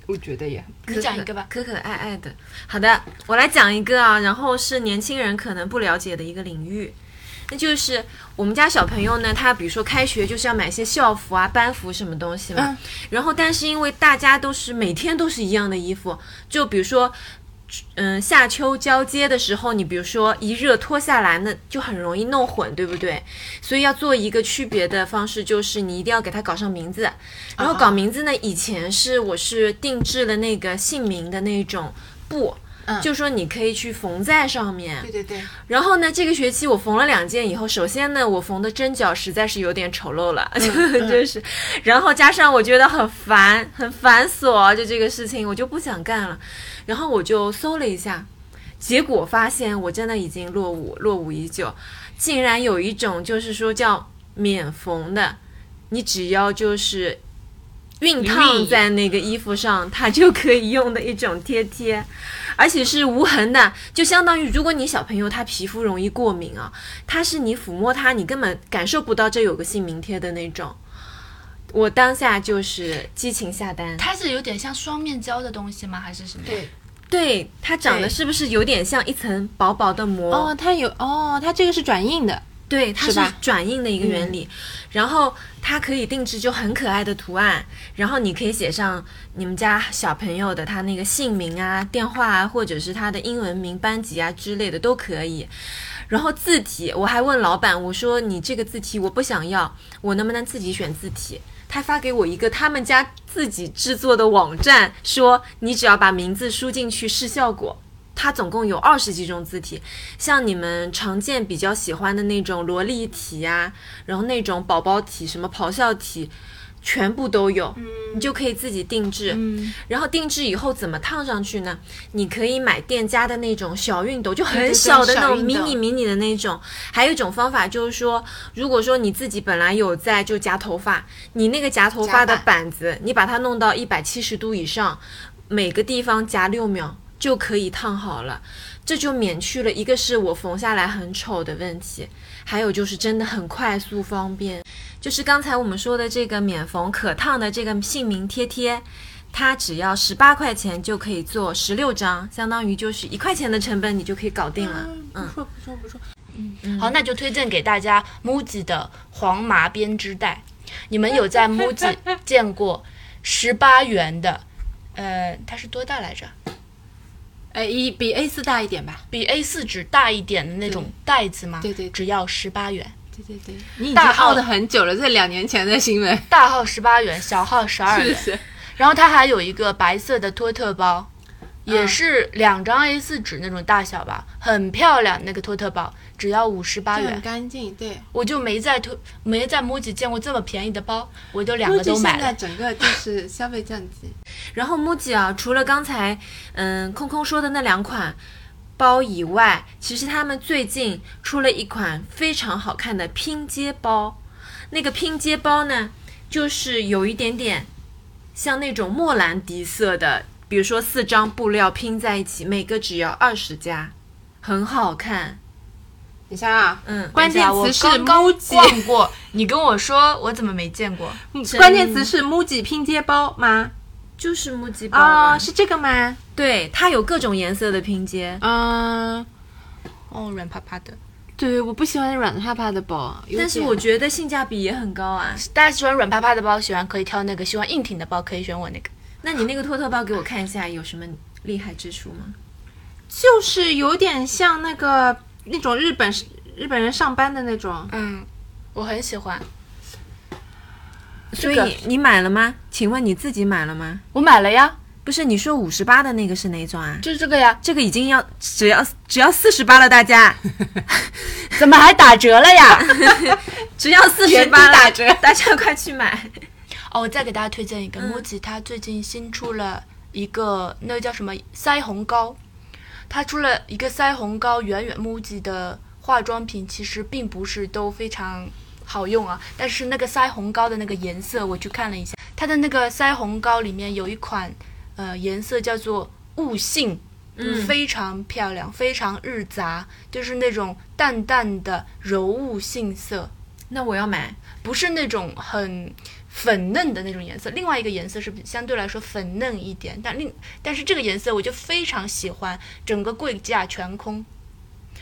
Speaker 3: 我觉得也很
Speaker 2: 你讲一个吧。
Speaker 1: 可可爱爱的。好的，我来讲一个啊，然后是年轻人可能不了解的一个领域。那就是我们家小朋友呢，他比如说开学就是要买一些校服啊、班服什么东西嘛，
Speaker 3: 嗯
Speaker 1: 然后但是因为大家都是每天都是一样的衣服，就比如说，嗯，夏秋交接的时候，你比如说一热脱下来，那就很容易弄混，对不对？所以要做一个区别的方式，就是你一定要给它搞上名字。然后搞名字呢，以前是我是定制了那个姓名的那种布，
Speaker 3: 嗯
Speaker 1: 就说你可以去缝在上面。
Speaker 3: 对对对，
Speaker 1: 然后呢，这个学期我缝了两件以后，首先呢，我缝的针脚实在是有点丑陋
Speaker 3: 嗯
Speaker 1: 了， 就、就是，然后加上我觉得很烦，很繁琐，就这个事情我就不想干了。然后我就搜了一下，结果发现我真的已经落伍，落伍已久，竟然有一种就是说叫免缝的，你只要就是熨烫在那个衣服上，它就可以用的一种贴贴，而且是无痕的，就相当于如果你小朋友他皮肤容易过敏啊，它是你抚摸它，你根本感受不到这有个姓名贴的那种。我当下就是激情下单，
Speaker 2: 它是有点像双面胶的东西吗？还是什么？
Speaker 3: 对，
Speaker 1: 对它长得
Speaker 3: 对
Speaker 1: 是不是有点像一层薄薄的膜？
Speaker 3: 哦，它有哦，它这个是转印的，
Speaker 1: 对，它
Speaker 3: 是
Speaker 1: 是
Speaker 3: 吧嗯
Speaker 1: 转印的一个原理，然后它可以定制就很可爱的图案，然后你可以写上你们家小朋友的他那个姓名啊、电话啊，或者是他的英文名、班级啊之类的都可以。然后字体，我还问老板，我说你这个字体我不想要，我能不能自己选字体？他发给我一个他们家自己制作的网站，说你只要把名字输进去试效果。它总共有二十几种字体，像你们常见比较喜欢的那种萝莉体呀、然后那种宝宝体、什么咆哮体，全部都有，你就可以自己定制。然后定制以后怎么烫上去呢？你可以买店家的那种小熨斗，就
Speaker 3: 对
Speaker 1: 很
Speaker 3: 对
Speaker 1: 小的那
Speaker 3: 小
Speaker 1: 种
Speaker 3: 熨
Speaker 1: 迷
Speaker 3: 斗
Speaker 1: 你迷你的那种。还有一种方法就是说，如果说你自己本来有在就夹头发，你那个夹头发的
Speaker 3: 夹
Speaker 1: 板子，你把它弄到一百七十度以上，每个地方夹六秒就可以烫好了。这就免去了一个是我缝下来很丑的问题，还有就是真的很快速方便。就是刚才我们说的这个免缝可烫的这个姓名贴贴，它只要十八块钱就可以做十六张，相当于就是一块钱的成本你就可以搞定了。嗯，
Speaker 3: 错不错不错，
Speaker 2: 好，那就推荐给大家 MUJI 的黄麻编织袋，你们有在 MUJI 见过十八元的？呃，它是多大来着？
Speaker 3: 哎，一比 A 四大一点吧，
Speaker 2: 比 A 4纸大一点的那种袋子吗？
Speaker 3: 对对对
Speaker 2: 只要十八元。
Speaker 3: 对对对，你已经
Speaker 2: 大号
Speaker 3: 耗的很久了，这两年前的新闻，
Speaker 2: 大号十八元，小号十二
Speaker 3: 是
Speaker 2: 元。
Speaker 3: 不是？
Speaker 2: 然后它还有一个白色的托特包，也
Speaker 3: 嗯
Speaker 2: 是两张 A 4纸那种大小吧，很漂亮。那个托特包只要五十八
Speaker 3: 就很
Speaker 2: 元，
Speaker 3: 干净，对，
Speaker 2: 我就没在托没在 MUJI 见过这么便宜的包，我就两个
Speaker 3: 估
Speaker 2: 都
Speaker 3: 计
Speaker 2: 买
Speaker 3: 现在
Speaker 2: 了。
Speaker 3: 整个就是消费降级，
Speaker 1: 然后 MUJI 啊，除了刚才嗯空空说的那两款包以外，其实他们最近出了一款非常好看的拼接包。那个拼接包呢，就是有一点点像那种莫兰迪色的，比如说四张布料拼在一起，每个只要二十加，很好看。
Speaker 3: 你想啊，
Speaker 1: 嗯
Speaker 3: 关键
Speaker 2: 等
Speaker 3: 词是
Speaker 2: 一下我刚刚
Speaker 3: MUJI，
Speaker 2: 逛过，你跟我说我怎么没见过？
Speaker 3: 关键词是 MUJI 拼接包吗？
Speaker 1: 就是 MUJI 包啊
Speaker 3: 哦，是这个吗？
Speaker 1: 对，它有各种颜色的拼接，
Speaker 3: 嗯，
Speaker 2: 哦，软趴趴的。
Speaker 3: 对，我不喜欢软塌塌的包，有
Speaker 1: 但是
Speaker 3: 点
Speaker 1: 我觉得性价比也很高啊。
Speaker 2: 大家喜欢软趴趴的包，喜欢可以挑那个；喜欢硬挺的包，可以选我那个。
Speaker 1: 那你那个托特包给我看一下，有什么厉害之处吗？
Speaker 3: 就是有点像那个那种日本日本人上班的那种，
Speaker 2: 嗯，我很喜欢。
Speaker 1: 所
Speaker 2: 这个
Speaker 1: 以你买了吗？请问你自己买了吗？
Speaker 2: 我买了呀，
Speaker 1: 不是，你说五十八的那个是哪种啊？
Speaker 2: 就是这个呀，
Speaker 1: 这个已经要只要只要四十八了，大家
Speaker 2: 怎么还打折了呀？
Speaker 1: 只要四十
Speaker 3: 原地
Speaker 1: 八
Speaker 3: 打折，
Speaker 1: 大家快去 买。
Speaker 2: 哦，我再给大家推荐一个 MUJI，、它最近新出了一个那个叫什么腮红膏，它出了一个腮红膏。远远 MUJI 的化妆品其实并不是都非常好用啊，但是那个腮红膏的那个颜色，我去看了一下，它的那个腮红膏里面有一款呃颜色叫做雾性。
Speaker 1: 嗯
Speaker 2: 非常漂亮，非常日杂，就是那种淡淡的柔雾杏色，
Speaker 1: 那我要买，
Speaker 2: 不是那种很粉嫩的那种颜色，另外一个颜色是比相对来说粉嫩一点，但另但是这个颜色我就非常喜欢，整个柜架全空，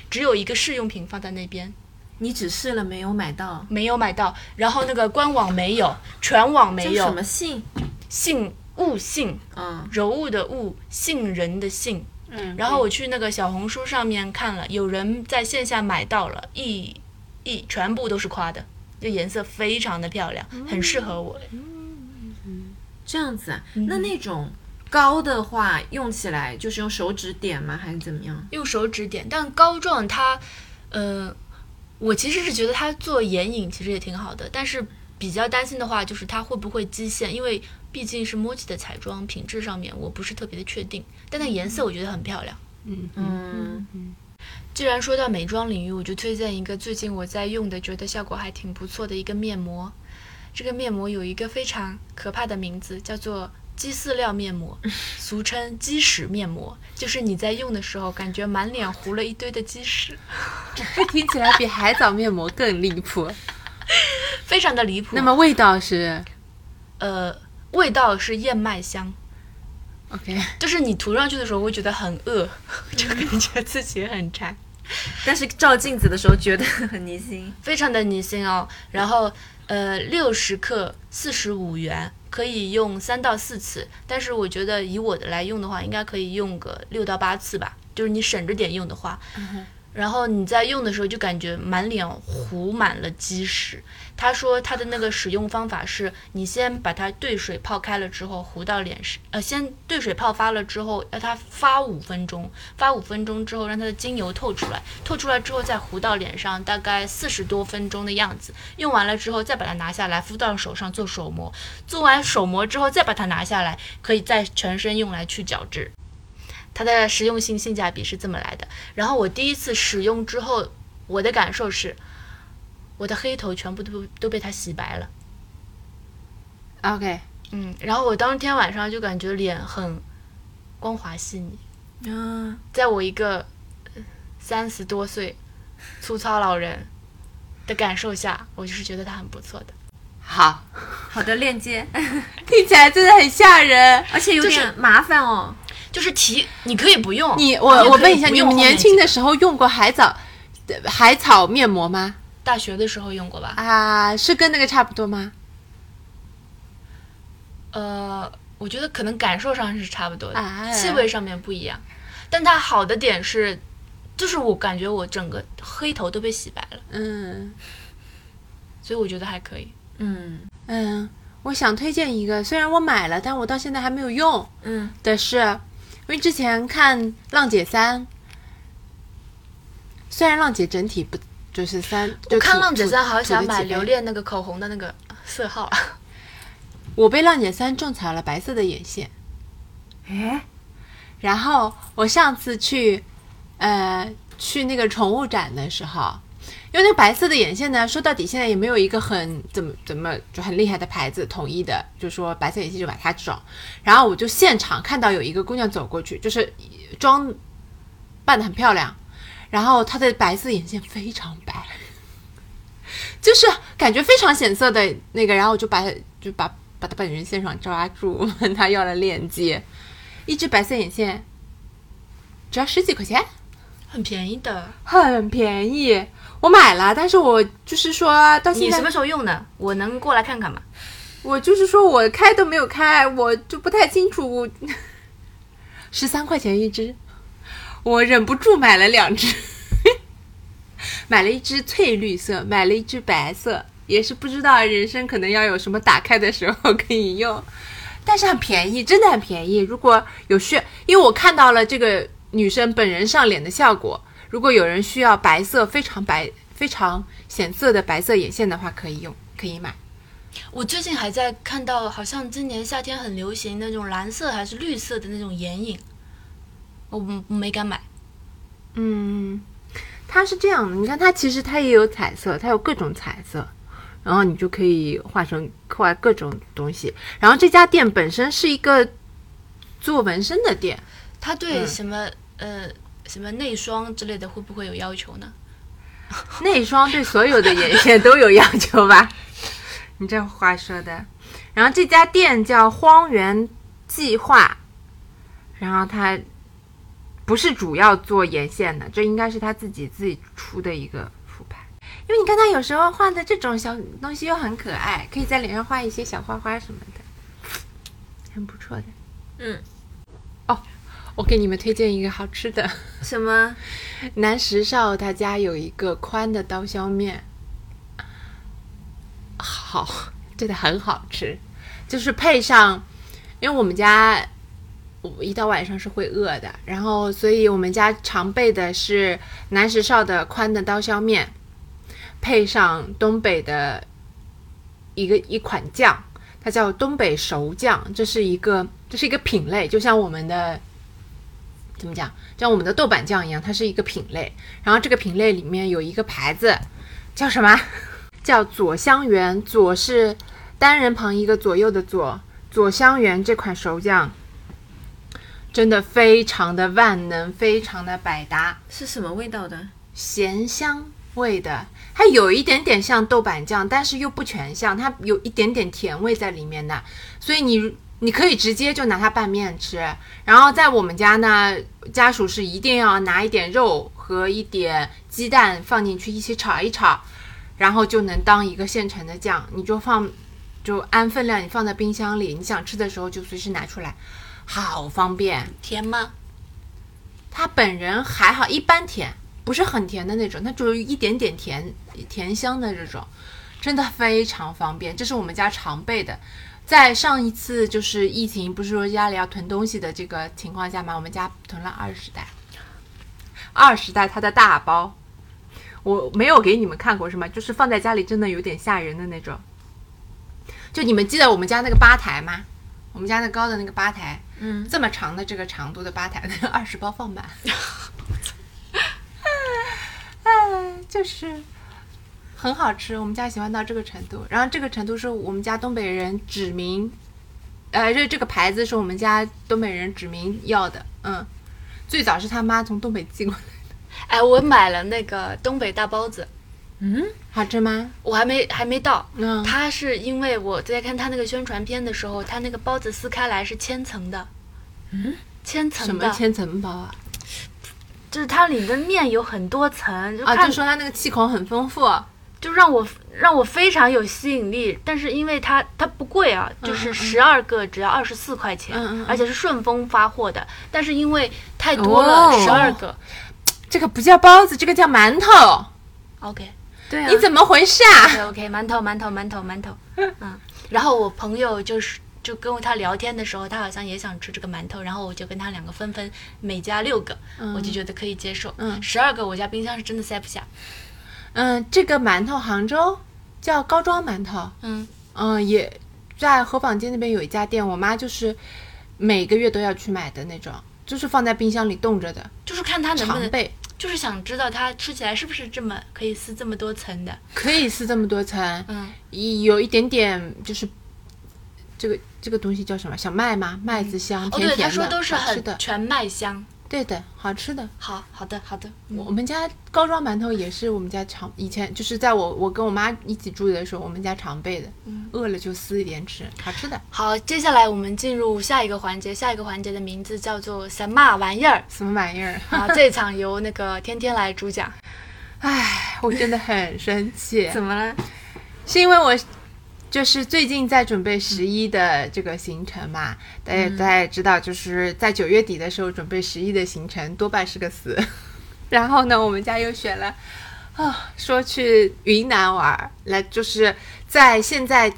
Speaker 2: 只有一个试用品放在那边，
Speaker 1: 你只试了没有买到？
Speaker 2: 没有买到，然后那个官网没 有，全网
Speaker 1: 叫
Speaker 2: 没
Speaker 1: 什
Speaker 2: 有
Speaker 1: 么，信？
Speaker 2: 杏雾杏
Speaker 1: 嗯，
Speaker 2: 柔雾的雾，杏仁的杏。
Speaker 3: 嗯
Speaker 2: 然后我去那个小红书上面看了，有人在线下买到了，一一全部都是夸的，这颜色非常的漂亮，很适合我。
Speaker 1: 这样子啊。
Speaker 2: 嗯
Speaker 1: 那那种高的话，用起来就是用手指点吗？还是怎么样？
Speaker 2: 用手指点，但膏状它，呃，我其实是觉得它做眼影其实也挺好的，但是比较担心的话就是它会不会积线，因为毕竟是 MUJI 的彩妆，品质上面我不是特别的确定，但那颜色我觉得很漂亮。
Speaker 3: 嗯
Speaker 1: 嗯，
Speaker 2: 既然说到美妆领域，我就推荐一个最近我在用的，觉得效果还挺不错的一个面膜，这个面膜有一个非常可怕的名字，叫做鸡饲料面膜，俗称鸡屎面膜，就是你在用的时候感觉满脸糊了一堆的鸡屎，
Speaker 3: 这听起来比海藻面膜更离谱。
Speaker 2: 非常的离谱。
Speaker 3: 那么味道是
Speaker 2: 呃，味道是燕麦香，
Speaker 3: OK，
Speaker 2: 就是你涂上去的时候会觉得很饿，就 感觉自己很馋，
Speaker 1: 但是照镜子的时候觉得很泥心。
Speaker 2: 非常的泥心哦。然后呃，六十克四十五元，可以用三到四次，但是我觉得以我的来用的话，应该可以用个六到八次吧，就是你省着点用的话。然后你在用的时候就感觉满脸糊满了鸡屎。他说他的那个使用方法是，你先把它兑水泡开了之后糊到脸上，呃，先兑水泡发了之后，让它发五分钟，发五分钟之后让它的精油透出来，透出来之后再糊到脸上，大概四十多分钟的样子。用完了之后再把它拿下来敷到手上做手膜，做完手膜之后再把它拿下来，可以在全身用来去角质。它的实用性性价比是这么来的。然后我第一次使用之后，我的感受是，我的黑头全部都都被它洗白了。
Speaker 3: OK，
Speaker 2: 嗯，然后我当天晚上就感觉脸很光滑细腻，
Speaker 1: 嗯，
Speaker 2: 在我一个三十多岁粗糙老人的感受下，我就是觉得它很不错的。
Speaker 3: 好，
Speaker 1: 好的链接，哎
Speaker 3: 听起来真的很吓人。
Speaker 1: 而且有
Speaker 2: 就是
Speaker 1: 点麻烦哦。
Speaker 2: 就是提你可以不用，
Speaker 3: 你
Speaker 2: 也可
Speaker 3: 我
Speaker 2: 以
Speaker 3: 我问一下，
Speaker 2: 不
Speaker 3: 你
Speaker 2: 用
Speaker 3: 们
Speaker 2: 后面
Speaker 3: 年轻的
Speaker 2: 几个
Speaker 3: 时候用过海藻呃海草面膜吗？
Speaker 2: 大学的时候用过吧？
Speaker 3: 啊，是跟那个差不多吗？
Speaker 2: 呃，我觉得可能感受上是差不多的，
Speaker 3: 哎
Speaker 2: 气味上面不一样。但它好的点是，就是我感觉我整个黑头都被洗白了，
Speaker 3: 嗯
Speaker 2: 所以我觉得还可以。
Speaker 1: 嗯
Speaker 3: 嗯，我想推荐一个，虽然我买了，但我到现在还没有用
Speaker 1: 嗯，
Speaker 3: 的是，因为之前看《浪姐三》，虽然浪姐整体不就是三，就
Speaker 2: 我看
Speaker 3: 土
Speaker 2: 浪姐三好想买，
Speaker 3: 土土的
Speaker 2: 留
Speaker 3: 几倍
Speaker 2: 恋那个口红的那个色号，
Speaker 3: 我被浪姐三种草了白色的眼线。
Speaker 1: 哎，
Speaker 3: 然后我上次去，呃，去那个宠物展的时候，因为那个白色的眼线呢，说到底现在也没有一个很怎么怎么就很厉害的牌子统一的，就说白色眼线就买它这种。然后我就现场看到有一个姑娘走过去，就是妆扮的很漂亮，然后她的白色眼线非常白。 就是感觉非常显色的那个，然后我就把就把把他本人现场抓住，问他要了链接，一支白色眼线只要十几块钱，
Speaker 2: 很便宜的。
Speaker 3: 很便宜。我买了，但是我就是说到
Speaker 2: 你
Speaker 3: 现
Speaker 2: 什
Speaker 3: 在
Speaker 2: 么，时候用的？我能过来看看吗？
Speaker 3: 我就是说我开都没有开，我就不太清楚。十三块钱一支，我忍不住买了两支， 买了一支翠绿色，买了一支白色，也是不知道人生可能要有什么打开的时候可以用。但是很便宜，真的很便宜。如果有需，因为我看到了这个女生本人上脸的效果。如果有人需要白色非常白、非常显色的白色眼线的话，可以用，可以买。
Speaker 2: 我最近还在看到，好像今年夏天很流行那种蓝色还是绿色的那种眼影，我没敢买。
Speaker 3: 嗯，它是这样的，你看它其实它也有彩色，它有各种彩色，然后你就可以画成画各种东西。然后这家店本身是一个做纹身的店，
Speaker 2: 它
Speaker 3: 嗯
Speaker 2: 对什么、呃什么内霜之类的会不会有要求呢？
Speaker 3: 内双对所有的眼线都有要求吧？ 你这话说的。然后这家店叫荒原计划，然后它不是主要做眼线的，这应该是他自己自己出的一个副牌。因为你看他有时候画的这种小东西又很可爱，可以在脸上画一些小花花什么的，很不错的。
Speaker 1: 嗯，
Speaker 3: 哦，我给你们推荐一个好吃的。
Speaker 1: 什么？
Speaker 3: 南石少他家有一个宽的刀削面，好，真的很好吃，就是配上，因为我们家我一到晚上是会饿的，然后所以我们家常备的是南石少的宽的刀削面，配上东北的一个一款酱，它叫东北熟酱，这是一个这是一个品类，就像我们的怎么讲，就像我们的豆瓣酱一样，它是一个品类。然后这个品类里 面有一个牌子，叫什么？叫左香园，左是单人旁一个左右的左，左香园这款手奖真的非常的万能，非常的百搭，
Speaker 1: 是什么味道的？
Speaker 3: 咸香味的，它有一点点像豆瓣酱，但是又不全像，它有一点点甜味在里面的，所以你你可以直接就拿它拌面吃。然后在我们家呢，家属是一定要拿一点肉和一点鸡蛋放进去一起炒一炒，然后就能当一个现成的酱，你就放就按分量，你放在冰箱里，你想吃的时候就随时拿出来，好方便。
Speaker 2: 甜吗？
Speaker 3: 它本人还好，一般甜，不是很甜的那种，它只有一点点甜甜香的这种，真的非常方便，这是我们家常备的。在上一次就是疫情，不是说家里要囤东西的这个情况下嘛，我们家囤了二十袋，二十袋它的大包，我没有给你们看过是吗？就是放在家里真的有点吓人的那种。就你们记得我们家那个吧台吗？我们家那高的那个吧台，
Speaker 1: 嗯，
Speaker 3: 这么长的这个长度的吧台，那二十包放满，哎，就是很好吃，我们家喜欢到这个程度。然后这个程度是我们家东北人指名，呃，这这个牌子是我们家东北人指名要的，嗯，最早是他妈从东北寄过来，
Speaker 2: 哎，我买了那个东北大包子，
Speaker 1: 嗯，
Speaker 3: 好吃啊吗？
Speaker 2: 我还没还没到。
Speaker 3: 嗯，
Speaker 2: 它是因为我在看它那个宣传片的时候，它那个包子撕开来是千层的，
Speaker 1: 嗯，
Speaker 2: 千
Speaker 3: 什
Speaker 2: 层
Speaker 3: 么
Speaker 2: 的，
Speaker 3: 千层包啊？
Speaker 2: 就是它里的面有很多层，就
Speaker 3: 啊，
Speaker 2: 看、
Speaker 3: 就说他那个气孔很丰富，
Speaker 2: 就让我让我非常有吸引力，但是因为它它不贵啊，就是十二个只要二十四块钱，
Speaker 3: 嗯嗯嗯
Speaker 2: 而且是顺丰发货的。但是因为太多了，
Speaker 1: 哦
Speaker 2: 十二、个
Speaker 3: 这个不叫包子，这个叫馒头，
Speaker 2: ，OK
Speaker 1: 对啊，
Speaker 3: 你怎么回事啊？
Speaker 2: OK OK，馒头馒头馒头馒 头，嗯。然后我朋友就是就跟他聊天的时候，他好像也想吃这个馒头，然后我就跟他两个分分每家六个，嗯我就觉得可以接受。
Speaker 3: 嗯
Speaker 2: 十二个我家冰箱是真的塞不下。
Speaker 3: 嗯，这个馒头杭州叫高庄馒头，
Speaker 2: 嗯，
Speaker 3: 嗯，也在河坊街那边有一家店，我妈就是每个月都要去买的那种，就是放在冰箱里冻着的
Speaker 2: 就是看它能不
Speaker 3: 常
Speaker 2: 能，
Speaker 3: 备，
Speaker 2: 就是想知道它吃起来是不是这么可以撕这么多层的。
Speaker 3: 可以撕这么多层，
Speaker 2: 嗯。
Speaker 3: 一有一点点就是这个这个东西叫什么小麦吗？麦子香，
Speaker 2: 哦，
Speaker 3: 甜
Speaker 2: 对，
Speaker 3: 甜的，
Speaker 2: 他说都是
Speaker 3: 好吃
Speaker 2: 很
Speaker 3: 的，
Speaker 2: 全麦香。
Speaker 3: 对的，好吃的。
Speaker 2: 好好的好的，
Speaker 3: 我们家高庄馒头也是我们家常，以前就是在我我跟我妈一起住的时候，我们家常备的，
Speaker 2: 嗯
Speaker 3: 饿了就撕一点吃，好吃的。
Speaker 2: 好，接下来我们进入下一个环节，下一个环节的名字叫做什么玩意儿
Speaker 3: 什么玩意儿？
Speaker 2: 啊？这场由那个天天来主讲。
Speaker 3: 唉，我真的很生气，
Speaker 1: 怎么了？
Speaker 3: 是因为我就是最近在准备十一的这个行程嘛，大家大家也知道，就是在九月底的时候准备十一的行程，多半是个死。 然后呢，我们家又选了啊，说去云南玩儿，来就是在现在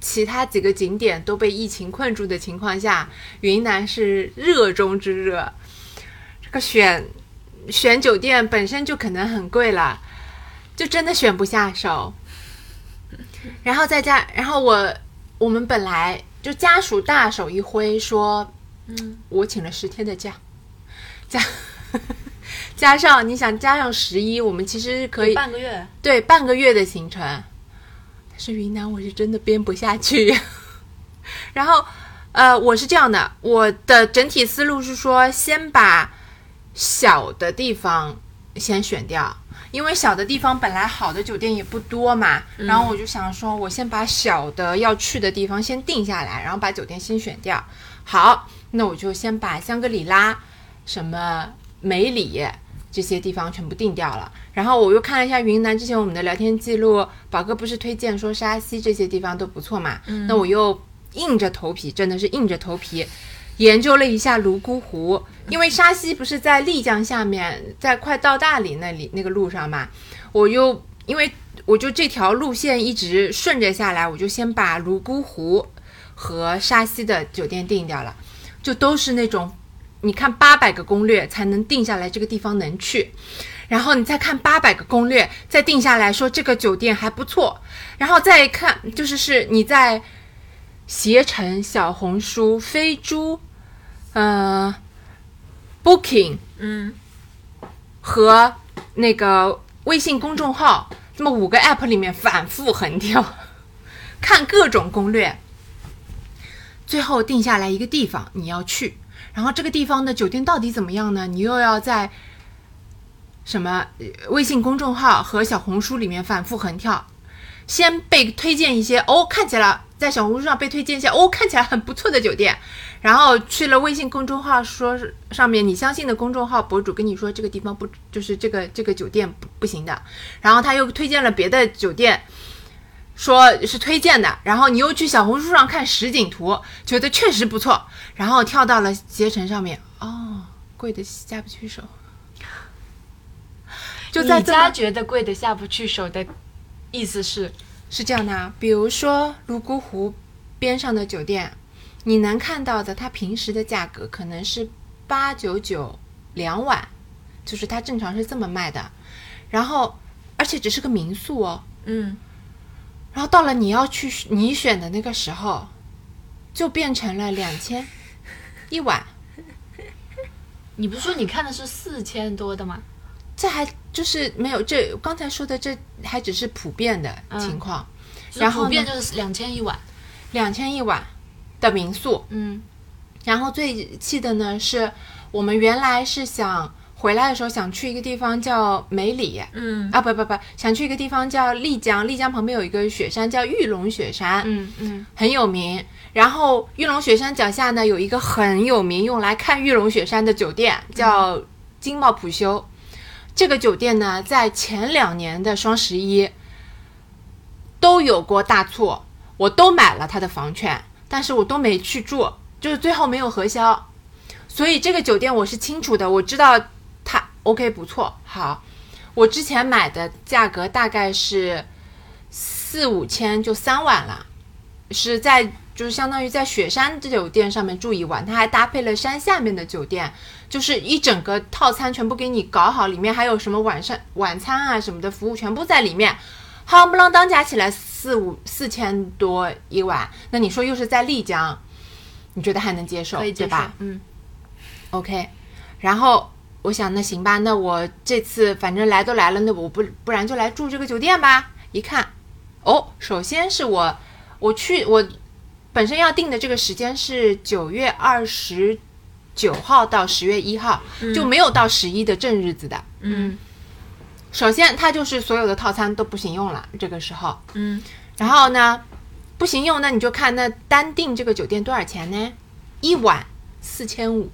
Speaker 3: 其他几个景点都被疫情困住的情况下，云南是热中之热。这个选选酒店本身就可能很贵了，就真的选不下手。然后再加，然后我我们本来就家属大手一挥说，嗯，我请了十天的假， 加加上你想加上十一，我们其实可
Speaker 1: 哎
Speaker 3: 以
Speaker 2: 半个月，
Speaker 3: 对，半个月的行程。但是云南我是真的编不下去。 然后，呃，我是这样的，我的整体思路是说，先把小的地方先选掉，因为小的地方本来好的酒店也不多嘛。然后我就想说，我先把小的要去的地方先定下来，然后把酒店先选掉。好，那我就先把香格里拉、什么梅里这些地方全部定掉了。然后我又看了一下云南之前我们的聊天记录，宝哥不是推荐说沙溪这些地方都不错嘛？那我又硬着头皮，真的是硬着头皮。研究了一下泸沽湖，因为沙溪不是在丽江下面，在快到大理那里那个路上嘛，我又因为我就这条路线一直顺着下来，我就先把泸沽湖和沙溪的酒店定掉了，就都是那种，你看八百个攻略才能定下来这个地方能去，然后你再看八百个攻略，再定下来说这个酒店还不错，然后再看就是是你在携程、小红书、飞猪，呃，Booking
Speaker 1: 嗯，
Speaker 3: 和那个微信公众号这么五个 app 里面反复横跳， 看各种攻略，最后定下来一个地方你要去，然后这个地方的酒店到底怎么样呢？你又要在什么呃微信公众号和小红书里面反复横跳，先被推荐一些哦，看起来在小红书上被推荐一些哦，看起来很不错的酒店，然后去了微信公众号说是上面你相信的公众号博主跟你说这个地方不就是这个这个酒店不不行的，然后他又推荐了别的酒店。说是推荐的，然后你又去小红书上看实景图，觉得确实不错，然后跳到了携程上面，哦，贵的下不去手，就在
Speaker 2: 你
Speaker 3: 这么
Speaker 2: 家觉得贵的下不去手的意思是，
Speaker 3: 是这样的啊，比如说泸沽湖边上的酒店，你能看到的，它平时的价格可能是八九九两晚，就是它正常是这么卖的。然后，而且只是个民宿哦。
Speaker 4: 嗯。
Speaker 3: 然后到了你要去你选的那个时候，就变成了两千一晚，
Speaker 2: 你不是说你看的是四千多的吗？
Speaker 3: 这还就是没有这刚才说的这还只是普遍的情况。然
Speaker 2: 然
Speaker 3: 后
Speaker 2: 后
Speaker 3: 呢
Speaker 2: 普遍就是两千一晚。
Speaker 3: 两千一晚的民宿，
Speaker 2: 嗯，
Speaker 3: 然后最气的呢是，我们原来是想回来的时候想去一个地方叫梅里，
Speaker 4: 嗯
Speaker 3: 啊不不不，想去一个地方叫丽江，丽江旁边有一个雪山叫玉龙雪山，
Speaker 2: 嗯嗯，
Speaker 3: 很有名。然后玉龙雪山脚下呢有一个很有名用来看玉龙雪山的酒店，叫金茂普修。这个酒店呢，在前两年的双十一都有过大促，我都买了它的房券，但是我都没去住，就是最后没有核销。所以这个酒店我是清楚的，我知道它 OK 不错，好。我之前买的价格大概是四五千，就三万了。是在就是相当于在雪山这酒店上面住一晚，它还搭配了山下面的酒店，就是一整个套餐全部给你搞好，里面还有什么晚上晚餐啊什么的服务全部在里面，夯不啷当加起来四五四千多一晚，那你说又是在丽江，你觉得还能接受
Speaker 2: 可以接受
Speaker 3: 对吧？？
Speaker 2: 嗯，
Speaker 3: OK，然后我想那行吧，那我这次反正来都来了，那我不不然就来住这个酒店吧。一看，哦，首先是我我去我本身要定的这个时间是九月二十九号到十月一号，就没有到十一的正日子的。
Speaker 4: 嗯
Speaker 3: 首先，它就是所有的套餐都不行用了，这个时候，
Speaker 4: 嗯
Speaker 3: 然后呢，不行用，那你就看那单订这个酒店多少钱呢？一晚四千五。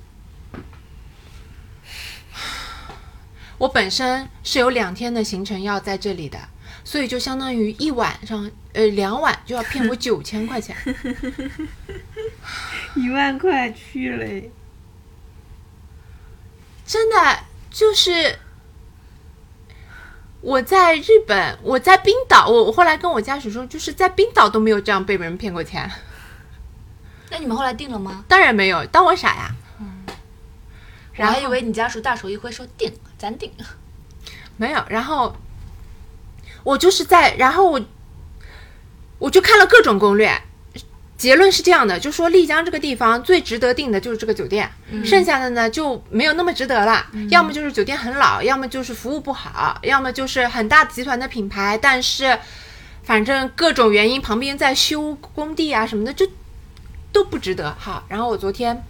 Speaker 3: 我本身是有两天的行程要在这里的，所以就相当于一晚上，呃，两晚就要骗我九千块钱。
Speaker 5: 一万块去了，
Speaker 3: 真的就是我在日本，我在冰岛，我我后来跟我家属说，就是在冰岛都没有这样被人骗过钱。
Speaker 2: 那你们后来定了吗？
Speaker 3: 当然没有，当我傻呀？
Speaker 2: 我还以为你家属大手一挥说定，咱定。
Speaker 3: 没有，然后我就是在，然后我我就看了各种攻略，结论是这样的，就说丽江这个地方最值得订的就是这个酒店，剩下的呢就没有那么值得了，要么就是酒店很老，要么就是服务不好，要么就是很大集团的品牌，但是反正各种原因，旁边在修工地啊什么的，就都不值得。好，然后我昨天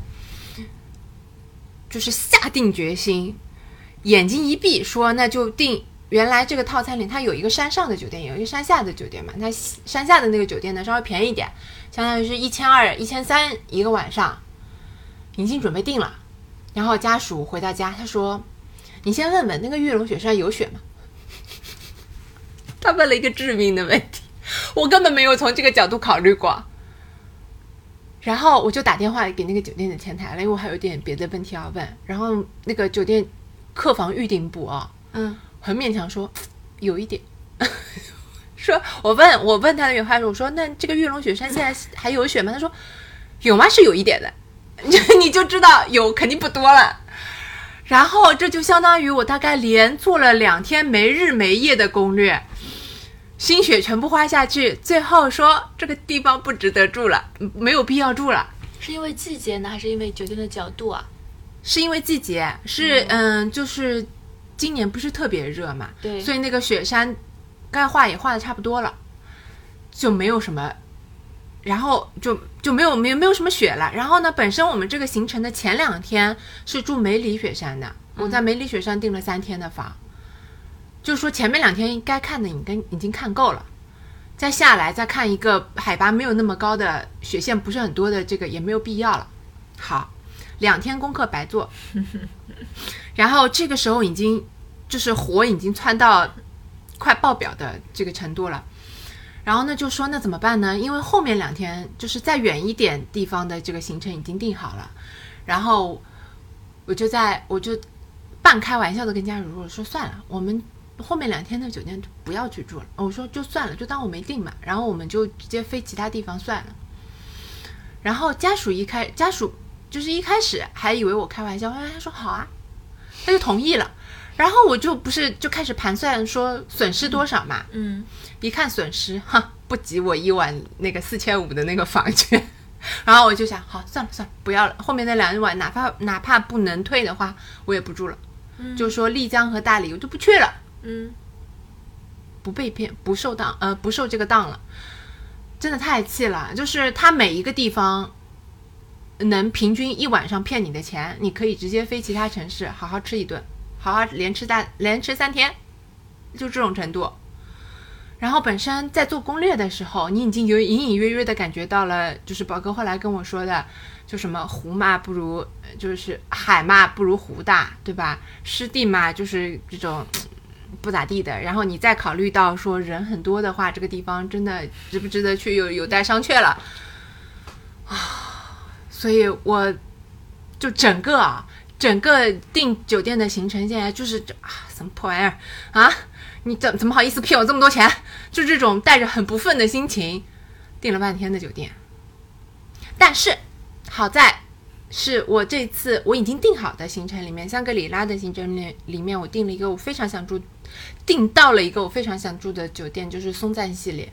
Speaker 3: 就是下定决心，眼睛一闭，说那就定。原来这个套餐里它有一个山上的酒店，有一个山下的酒店嘛。它西山下的那个酒店呢稍微便宜一点，相当于是一千二、一千三一个晚上，已经准备定了。然后家属回到家，他说：“你先问问那个玉龙雪山有雪吗？” 他问了一个致命的问题，我根本没有从这个角度考虑过。然后我就打电话给那个酒店的前台了，因为我还有点别的问题要问。然后那个酒店客房预订部啊，
Speaker 2: 嗯，
Speaker 3: 很勉强说有一点。 说我问我问他的原话是，我说那这个玉龙雪山现在还有雪吗？他说有吗？是有一点的， 你就知道有肯定不多了。然后这就相当于我大概连做了两天没日没夜的攻略，心血全部花下去，最后说这个地方不值得住了，没有必要住了。
Speaker 2: 是因为季节呢，还是因为酒店的角度啊？
Speaker 3: 是因为季节，是嗯就是今年不是特别热嘛，
Speaker 2: 对
Speaker 3: 所以那个雪山该化也化的差不多了，就没有什么然后就就没有没有没有什么雪了。然后呢，本身我们这个行程的前两天是住梅里雪山的，我在梅里雪山订了三天的房，就是说前面两天该看的已经已经看够了，再下来再看一个海拔没有那么高的雪线不是很多的这个也没有必要了。好，两天功课白做。 然后这个时候已经就是火已经窜到快爆表的这个程度了。然后呢，就说那怎么办呢？因为后面两天就是再远一点地方的这个行程已经定好了，然后我就在我就半开玩笑的跟家如如说算了，我们后面两天的酒店就不要去住了。我说就算了，就当我没定嘛。然后我们就直接飞其他地方算了。然后家属一开家属就是一开始还以为我开玩笑，后来他说好啊，他就同
Speaker 4: 嗯
Speaker 3: 意了。然后我就不是就开始盘算说损失多少嘛，
Speaker 4: 嗯，
Speaker 3: 一看损失，哈，不及我一晚那个四千五的那个房间。 然后我就想，好，算了算了，不要了。后面那两晚，哪怕哪怕不能退的话，我也不住了。就说丽江和大理，我就不去了。
Speaker 4: 嗯，
Speaker 3: 不被骗，不受当，呃，不受这个当了。真的太气了，就是他每一个地方能平均一晚上骗你的钱，你可以直接飞其他城市，好好吃一顿，好好连吃大连吃三天，就这种程度。然后本身在做攻略的时候，你已经有隐隐约约的感觉到了，就是宝哥后来跟我说的，就什么湖嘛不如，呃就是海嘛不如湖大，对吧？湿地嘛就是这种嗯不咋地的。然后你再考虑到说人很多的话，这个地方真的值不值得去，有有待商榷了啊。啊所以我就整个啊，整个订酒店的行程现在就是这啊什么破玩意儿啊！你怎怎么好意思骗我这么多钱？就这种带着很不忿的心情，订了半天的酒店。但是好在是我这次我已经定好的行程里面，香格里拉的行程里里面，我订了一个我非常想住，订到了一个我非常想住的酒店，就是松赞系列。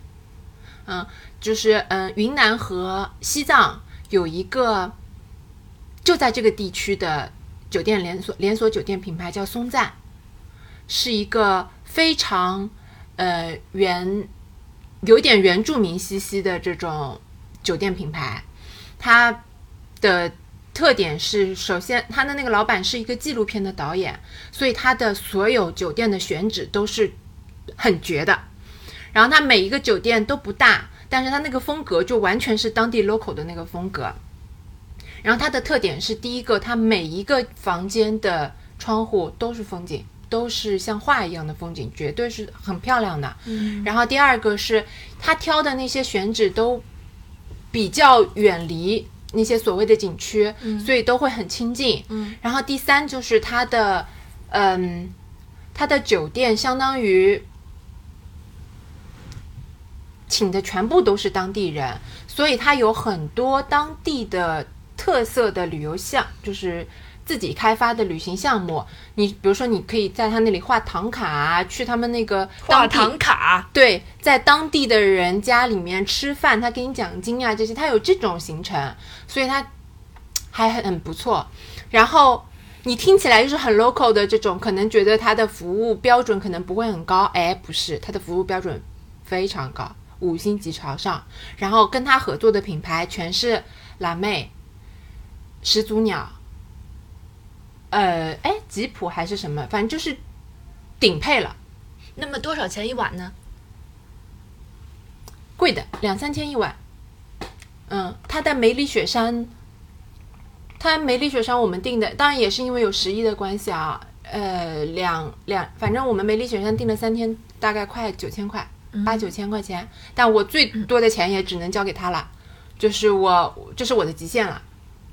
Speaker 3: 嗯，就是嗯，云南和西藏有一个就在这个地区的酒店连锁连锁酒店品牌叫松赞，是一个非常呃原有一点原住民兮兮的这种酒店品牌，它的特点是，首先它的那个老板是一个纪录片的导演，所以它的所有酒店的选址都是很绝的。然后它每一个酒店都不大，但是它那个风格就完全是当地 local 的那个风格。然后它的特点是，第一个，它每一个房间的窗户都是风景，都是像画一样的风景，绝对是很漂亮的。嗯。然后第二个是，它挑的那些选址都比较远离那些所谓的景区，所以都会很亲近。嗯。然后第三就是它的，嗯，它的酒店相当于请的全部都是当地人，所以它有很多当地的特色的旅游项，就是自己开发的旅行项目。你比如说，你可以在他那里画唐卡啊，去他们那个
Speaker 2: 画
Speaker 3: 当地
Speaker 2: 堂卡，
Speaker 3: 对，在当地的人家里面吃饭，他给你奖金啊这些，他有这种行程，所以他还很不错。然后你听起来就是很 local 的这种，可能觉得他的服务标准可能不会很高，哎，不是，他的服务标准非常高，五星级朝上。然后跟他合作的品牌全是辣妹、始祖鸟，呃，哎，吉普还是什么，反正就是顶配了。
Speaker 2: 那么多少钱一晚呢？
Speaker 3: 贵的，两三千一晚。嗯，它在梅里雪山，它梅里雪山我们订的，当然也是因为有十一的关系啊。呃，两两，反正我们梅里雪山订了三天，大概快九千块，八
Speaker 1: 嗯
Speaker 3: 九千块钱。但我最多的钱也只能交给他了，就是我这是我的极限了。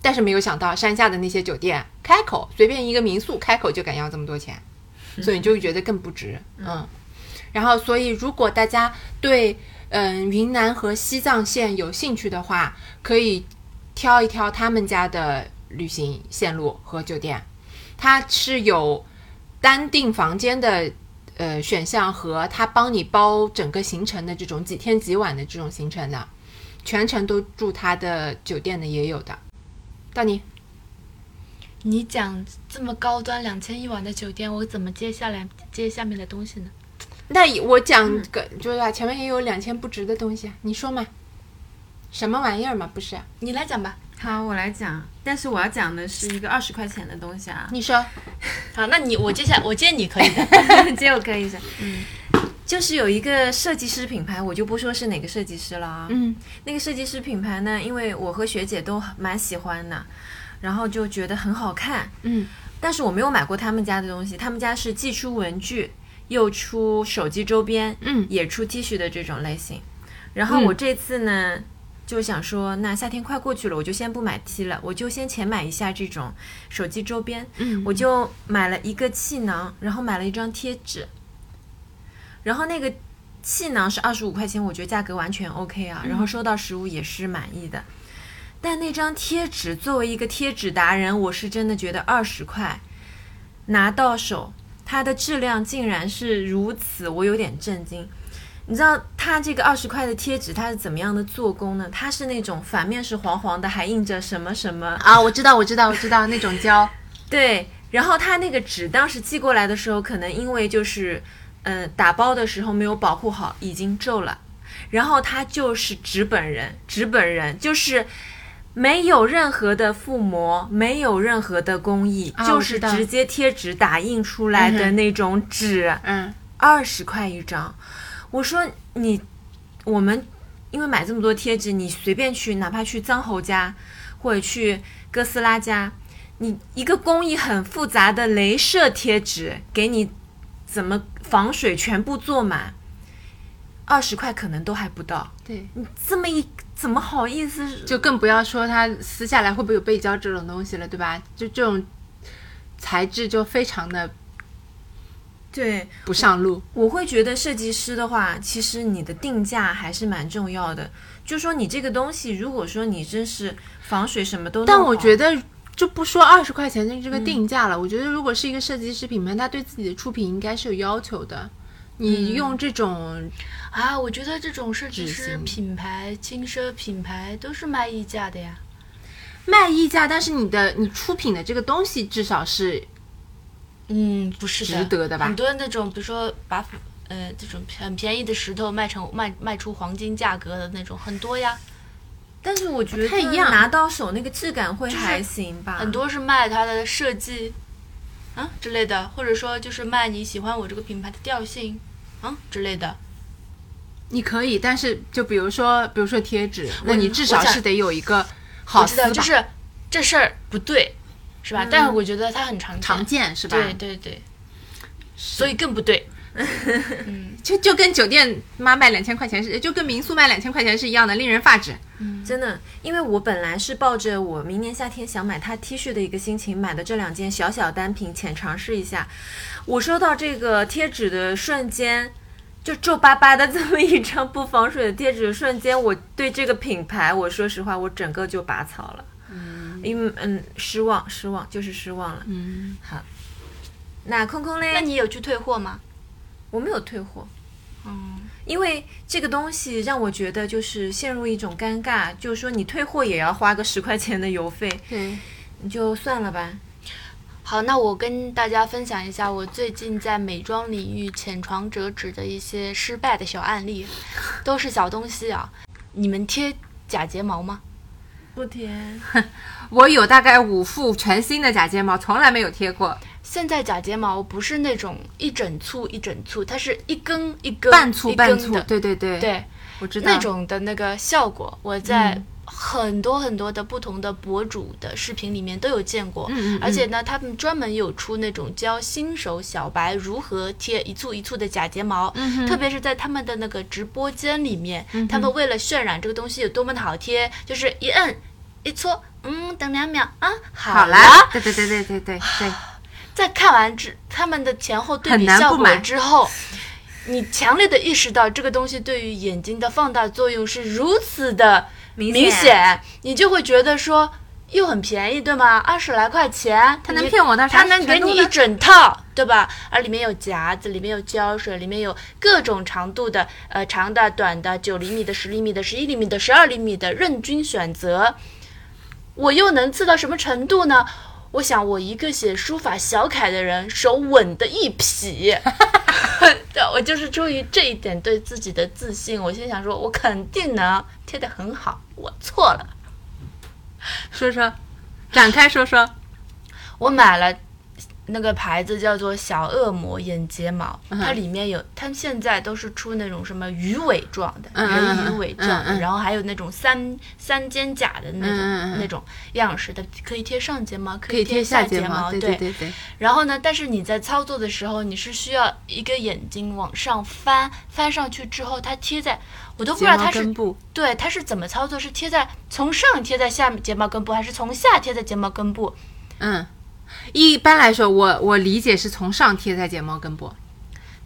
Speaker 3: 但是没有想到山下的那些酒店开口随便一个民宿开口就敢要这么多钱，所以你就会觉得更不值。嗯，然后所以如果大家对嗯，云南和西藏线有兴趣的话，可以挑一挑他们家的旅行线路和酒店。它是有单订房间的呃选项和他帮你包整个行程的这种几天几晚的这种行程的，全程都住他的酒店的也有的。到你，
Speaker 2: 你讲这么高端两千一晚的酒店，我怎么接下来接下面的东西呢？
Speaker 3: 啊那我讲个，就是啊，前面也有两千不值的东西，你说嘛？什么玩意儿嘛？不是，啊你来讲吧。
Speaker 1: 好，我来讲，但是我要讲的是一个二十块钱的东西啊。
Speaker 3: 你说，
Speaker 2: 好，那你我接下来我接你可以的。
Speaker 1: 接我可以是，嗯，就是有一个设计师品牌，我就不说是哪个设计师了啊。
Speaker 3: 嗯，
Speaker 1: 那个设计师品牌呢，因为我和学姐都蛮喜欢的，然后就觉得很好看。
Speaker 3: 嗯，
Speaker 1: 但是我没有买过他们家的东西，他们家是既出文具，又出手机周边，
Speaker 3: 嗯
Speaker 1: 也出 T 恤的这种类型。然后我这次呢，就想说，那夏天快过去了，我就先不买 T 了，我就先前买一下这种手机周边。
Speaker 3: 嗯
Speaker 1: 我就买了一个气囊，然后买了一张贴纸，然后那个气囊是二十五块钱，我觉得价格完全 OK 啊，然后收到实物也是满意的。但那张贴纸作为一个贴纸达人，我是真的觉得二十块拿到手，它的质量竟然是如此，我有点震惊。你知道它这个二十块的贴纸它是怎么样的做工呢？它是那种反面是黄黄的，还印着什么什么
Speaker 3: 啊，我知道，我知道，我知道那种胶，
Speaker 1: 对，然后他那个纸当时寄过来的时候，可能因为就是，嗯、打包的时候没有保护好，已经皱了。然后他就是纸本人，纸本人就是没有任何的覆膜，没有任何的工艺，
Speaker 3: 啊
Speaker 1: 就
Speaker 3: 我
Speaker 1: 是
Speaker 3: 知道
Speaker 1: 直接贴纸打印出来的那种纸，
Speaker 3: 嗯，
Speaker 1: 二十块一张。我说你，我们因为买这么多贴纸，你随便去，哪怕去张侯家或者去哥斯拉家，你一个工艺很复杂的镭射贴纸，给你怎么防水全部做满，二十块可能都还不到。
Speaker 3: 对，
Speaker 1: 这么一怎么好意思？
Speaker 3: 就更不要说它撕下来会不会有背胶这种东西了，对吧？就这种材质就非常的
Speaker 1: 对，
Speaker 3: 不上路。
Speaker 1: 我会觉得设计师的话，其实你的定价还是蛮重要的。就说你这个东西，如果说你真是防水什么都弄
Speaker 3: 但
Speaker 1: 好，
Speaker 3: 我觉得就不说二十块钱的这个定价了，我觉得如果是一个设计师品牌，他对自己的出品应该是有要求的。你用这种，
Speaker 2: 啊，我觉得这种设计
Speaker 3: 执
Speaker 2: 师
Speaker 3: 行
Speaker 2: 品牌、轻奢品牌都是卖溢价的呀。
Speaker 3: 卖溢价，但是你的你出品的这个东西至少是
Speaker 2: 嗯，不是的，
Speaker 3: 值得的吧
Speaker 2: 很多那种，比如说把呃这种很便宜的石头卖成卖卖出黄金价格的那种很多呀，
Speaker 1: 但是我觉得
Speaker 3: 不太一样
Speaker 1: 拿到手那个质感会还行
Speaker 3: 啊
Speaker 1: 吧。
Speaker 2: 很多是卖它的设计啊之类的，或者说就是卖你喜欢我这个品牌的调性啊之类的。
Speaker 3: 你可以，但是就比如说，比如说贴纸，那你至
Speaker 2: 我
Speaker 3: 少
Speaker 2: 想
Speaker 3: 是得有一个
Speaker 2: 我
Speaker 3: 好
Speaker 2: 知
Speaker 3: 撕
Speaker 2: 道，
Speaker 3: 吧，
Speaker 2: 就是这事儿不对，是吧？但是我觉得它嗯很常见，
Speaker 3: 常见是吧？
Speaker 2: 对对对，所以更不 对。嗯
Speaker 3: 就就跟酒店妈卖两千块钱是，就跟民宿卖两千块钱是一样的，令人发指。
Speaker 1: 真的，因为我本来是抱着我明年夏天想买他 T 恤的一个心情买的这两件小小单品，浅尝试一下。我收到这个贴纸的瞬间，就皱巴巴的这么一张不防水的贴纸，瞬间我对这个品牌，我说实话，我整个就拔草了。嗯，因为嗯，失望，失望就是失望了。
Speaker 3: 嗯，
Speaker 1: 好，那空空嘞？
Speaker 2: 那你有去退货吗？
Speaker 1: 我没有退货。
Speaker 2: 嗯，
Speaker 1: 因为这个东西让我觉得就是陷入一种尴尬，就是说你退货也要花个十块钱的邮费，
Speaker 3: 对，
Speaker 1: 你就算了吧。
Speaker 2: 好，那我跟大家分享一下我最近在美妆领域浅尝辄止的一些失败的小案例，都是小东西啊。你们贴假睫毛吗？
Speaker 1: 不甜，
Speaker 3: 我有大概五副全新的假睫毛，从来没有贴过，
Speaker 2: 现在假睫毛不是那种一整簇一整簇，它是一根一根
Speaker 3: 半粗
Speaker 2: 一根
Speaker 3: 半粗
Speaker 2: 的，
Speaker 3: 对对对，
Speaker 2: 对，
Speaker 3: 我知道嗯
Speaker 2: 那种的那个效果，我在很多很多的不同的博主的视频里面都有见过。
Speaker 3: 嗯嗯
Speaker 2: 而且呢，他们专门有出那种教新手小白如何贴一簇一簇的假睫毛，
Speaker 3: 嗯
Speaker 2: 特别是在他们的那个直播间里面，他们为了渲染这个东西有多么的好贴，就是一摁一搓，嗯，等两秒啊，
Speaker 3: 好
Speaker 2: 好
Speaker 3: 啦，对对对对对对对，
Speaker 2: 在看完之他们的前后对
Speaker 3: 很
Speaker 2: 比
Speaker 3: 难
Speaker 2: 效
Speaker 3: 不
Speaker 2: 果
Speaker 3: 买
Speaker 2: 之后，你强烈的意识到这个东西对于眼睛的放大作用是如此的
Speaker 1: 明
Speaker 2: 明
Speaker 1: 显
Speaker 2: 显，你就会觉得说又很便宜，对吗？二十来块钱，它
Speaker 3: 能骗我到啥
Speaker 2: 它能给
Speaker 3: 程度
Speaker 2: 你
Speaker 3: 呢
Speaker 2: 一整套，对吧？而里面有夹子，里面有胶水，里面有各种长度的，呃，长的、短的，九厘米的、十厘米的、十一厘米的、十二厘米的，任君选择。我又能刺到什么程度呢？我想我一个写书法小楷的人，手稳的一匹。 对，我就是出于这一点对自己的自信，我心想说，我肯定能贴得很好，我错了。
Speaker 3: 说说，展开说说。
Speaker 2: 我买了那个牌子叫做小恶魔眼睫毛，
Speaker 3: 嗯
Speaker 2: 它里面有，它现在都是出那种什么鱼尾状的，
Speaker 3: 嗯嗯嗯
Speaker 2: 人鱼尾状
Speaker 3: 嗯
Speaker 2: 的，
Speaker 3: 嗯
Speaker 2: 然后还有那种三三肩甲的那
Speaker 3: 嗯嗯嗯
Speaker 2: 种那种样式的，可以贴上睫毛，可
Speaker 3: 可以
Speaker 2: 贴
Speaker 3: 贴下
Speaker 2: 睫
Speaker 3: 睫毛，对
Speaker 2: 对
Speaker 3: 对对，
Speaker 2: 然后呢，但是你在操作的时候，你是需要一个眼睛往上翻，翻上去之后，它贴在，我都不知
Speaker 3: 睫
Speaker 2: 道
Speaker 3: 毛
Speaker 2: 它是
Speaker 3: 根部，
Speaker 2: 对它是怎么操作，是贴在从上贴在下睫毛根部，还是从下贴在睫毛根部？
Speaker 3: 嗯，一般来说，我我理解是从上贴在睫毛根部，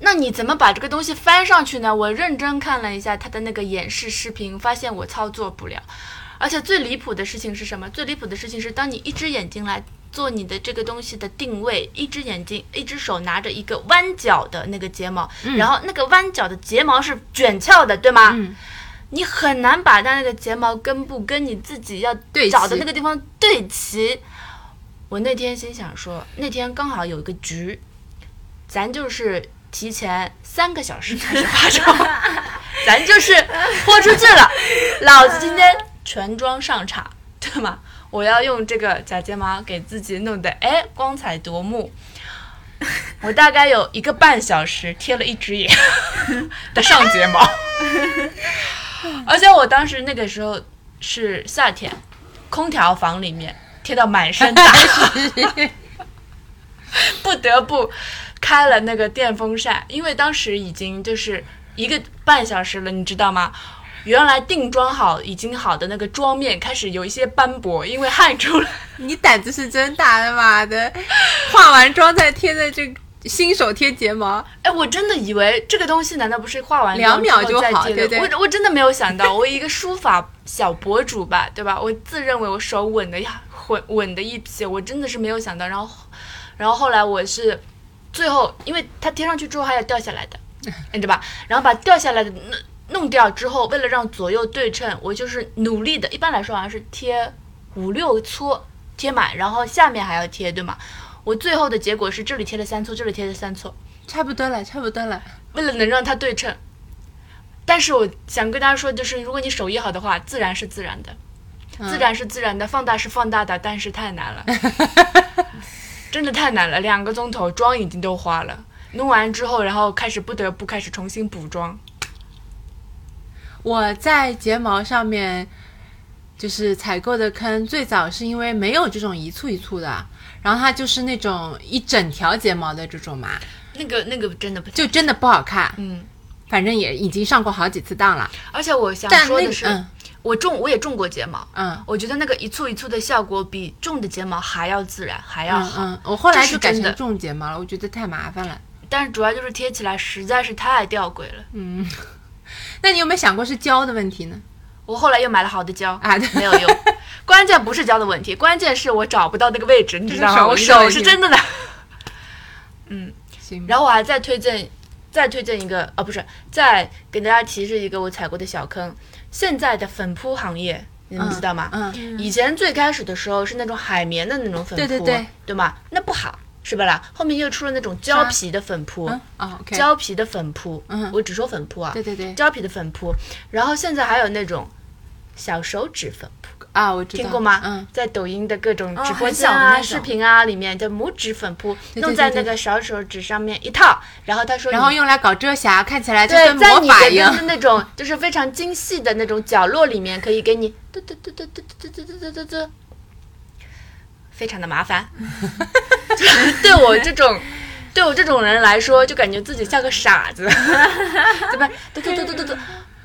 Speaker 2: 那你怎么把这个东西翻上去呢？我认真看了一下它的那个演示视频，发现我操作不了。而且最离谱的事情是什么？最离谱的事情是，当你一只眼睛来做你的这个东西的定位，一只眼睛，一只手拿着一个弯角的那个睫毛，然后那个弯角的睫毛是卷翘的，对吗？
Speaker 3: 嗯
Speaker 2: 你很难把它那个睫毛根部跟你自己要
Speaker 3: 对齐
Speaker 2: 找的那个地方对齐。我那天心想说，那天刚好有一个局，咱就是提前三个小时开始发售，咱就是豁出去了，老子今天全妆上场，对吗？我要用这个假睫毛给自己弄得哎光彩夺目。我大概有一个半小时贴了一只眼的上睫毛，而且我当时那个时候是夏天，空调房里面贴到满身大汗， 不得不开了那个电风扇，因为当时已经就是一个半小时了，你知道吗？原来定妆好已经好的那个妆面开始有一些斑驳，因为汗出来。
Speaker 3: 你胆子是真大的妈的，化完妆再贴在这新手贴睫毛，
Speaker 2: 哎，我真的以为这个东西难道不是画完妆
Speaker 3: 两秒
Speaker 2: 之后再
Speaker 3: 就好
Speaker 2: 贴的
Speaker 3: 对对
Speaker 2: 我我真的没有想到，我一个书法小博主吧，对吧？我自认为我手稳的呀，稳稳的一批，我真的是没有想到。然后，然后后来我是最后，因为它贴上去之后还要掉下 来的，你知道吧？然后把掉下来的弄弄掉之后，为了让左右对称，我就是努力的，一般来说好像是贴五六撮贴满，然后下面还要贴，对吗？我最后的结果是这里贴了三撮，这里贴了三撮。
Speaker 3: 差不多了，差不多了。
Speaker 2: 为了能让它对称。但是我想跟大家说，就是如果你手艺好的话，自然是自然的，自然是自然的，放大是放大的，但是太难 了，真的太难了，两个钟头妆已经都花了，弄完之后，然后开始不得不开始重新补妆。
Speaker 3: 我在睫毛上面就是采购的坑，最早是因为没有这种一簇一簇的，然后它就是那种一整条睫毛的这种嘛，
Speaker 2: 那个那个真的不
Speaker 3: 就真的不好看。
Speaker 2: 嗯，
Speaker 3: 反正也已经上过好几次当了，
Speaker 2: 而且我想
Speaker 3: 但
Speaker 2: 说
Speaker 3: 那
Speaker 2: 的
Speaker 3: 个
Speaker 2: 是，
Speaker 3: 嗯
Speaker 2: 我种我也种过睫毛，
Speaker 3: 嗯
Speaker 2: 我觉得那个一簇一簇的效果比种的睫毛还要自然，还要
Speaker 3: 嗯
Speaker 2: 好。
Speaker 3: 嗯，我后来
Speaker 2: 这是
Speaker 3: 就改
Speaker 2: 真的
Speaker 3: 成种睫毛了，我觉得太麻烦了。
Speaker 2: 但是主要就是贴起来实在是太吊诡了。
Speaker 3: 那你有没有想过是胶的问题呢？
Speaker 2: 我后来又买了好的胶
Speaker 3: 啊对
Speaker 2: 没有用。关键不是胶的问题，关键是我找不到那个位置，你知道吗？我
Speaker 3: 这是手
Speaker 2: 手
Speaker 3: 艺的问题
Speaker 2: 是真的的。
Speaker 3: 行，
Speaker 2: 然后我还再推荐，再推荐一个，哦，不是，再给大家提示一个我踩过的小坑。现在的粉扑行业，你们知道吗？
Speaker 3: 嗯，
Speaker 2: 以前最开始的时候是那种海绵的那种粉扑，
Speaker 3: 对对对，
Speaker 2: 对吗？那不好，是吧啦？后面又出了那种胶皮的粉扑，
Speaker 3: 嗯哦，OK，
Speaker 2: 胶皮的粉扑，
Speaker 3: 嗯
Speaker 2: 我只说粉扑啊，
Speaker 3: 对对对，
Speaker 2: 胶皮的粉扑。然后现在还有那种小手指粉扑。
Speaker 3: 啊，我知道，
Speaker 2: 听过吗？
Speaker 3: 嗯，，哦
Speaker 2: 在抖音的各种直播间
Speaker 3: 很小的
Speaker 2: 啊、
Speaker 3: 那种
Speaker 2: 视频啊里面的拇指粉扑，
Speaker 3: 对对
Speaker 2: 弄在
Speaker 3: 对
Speaker 2: 那
Speaker 3: 对
Speaker 2: 个小手指上面一套，然后他说你，
Speaker 3: 然后用来搞遮瑕，看起来就
Speaker 2: 对，
Speaker 3: 跟
Speaker 2: 在
Speaker 3: 魔
Speaker 2: 你
Speaker 3: 法
Speaker 2: 的
Speaker 3: 一样
Speaker 2: 就是。那种就是非常精细的那种角落里面，可以给你嘟嘟嘟嘟嘟嘟嘟嘟嘟嘟嘟，非常的麻烦。 就是对我这种。对我这种人来说，就感觉自己像个傻子， 对吧？嘟嘟嘟嘟嘟嘟，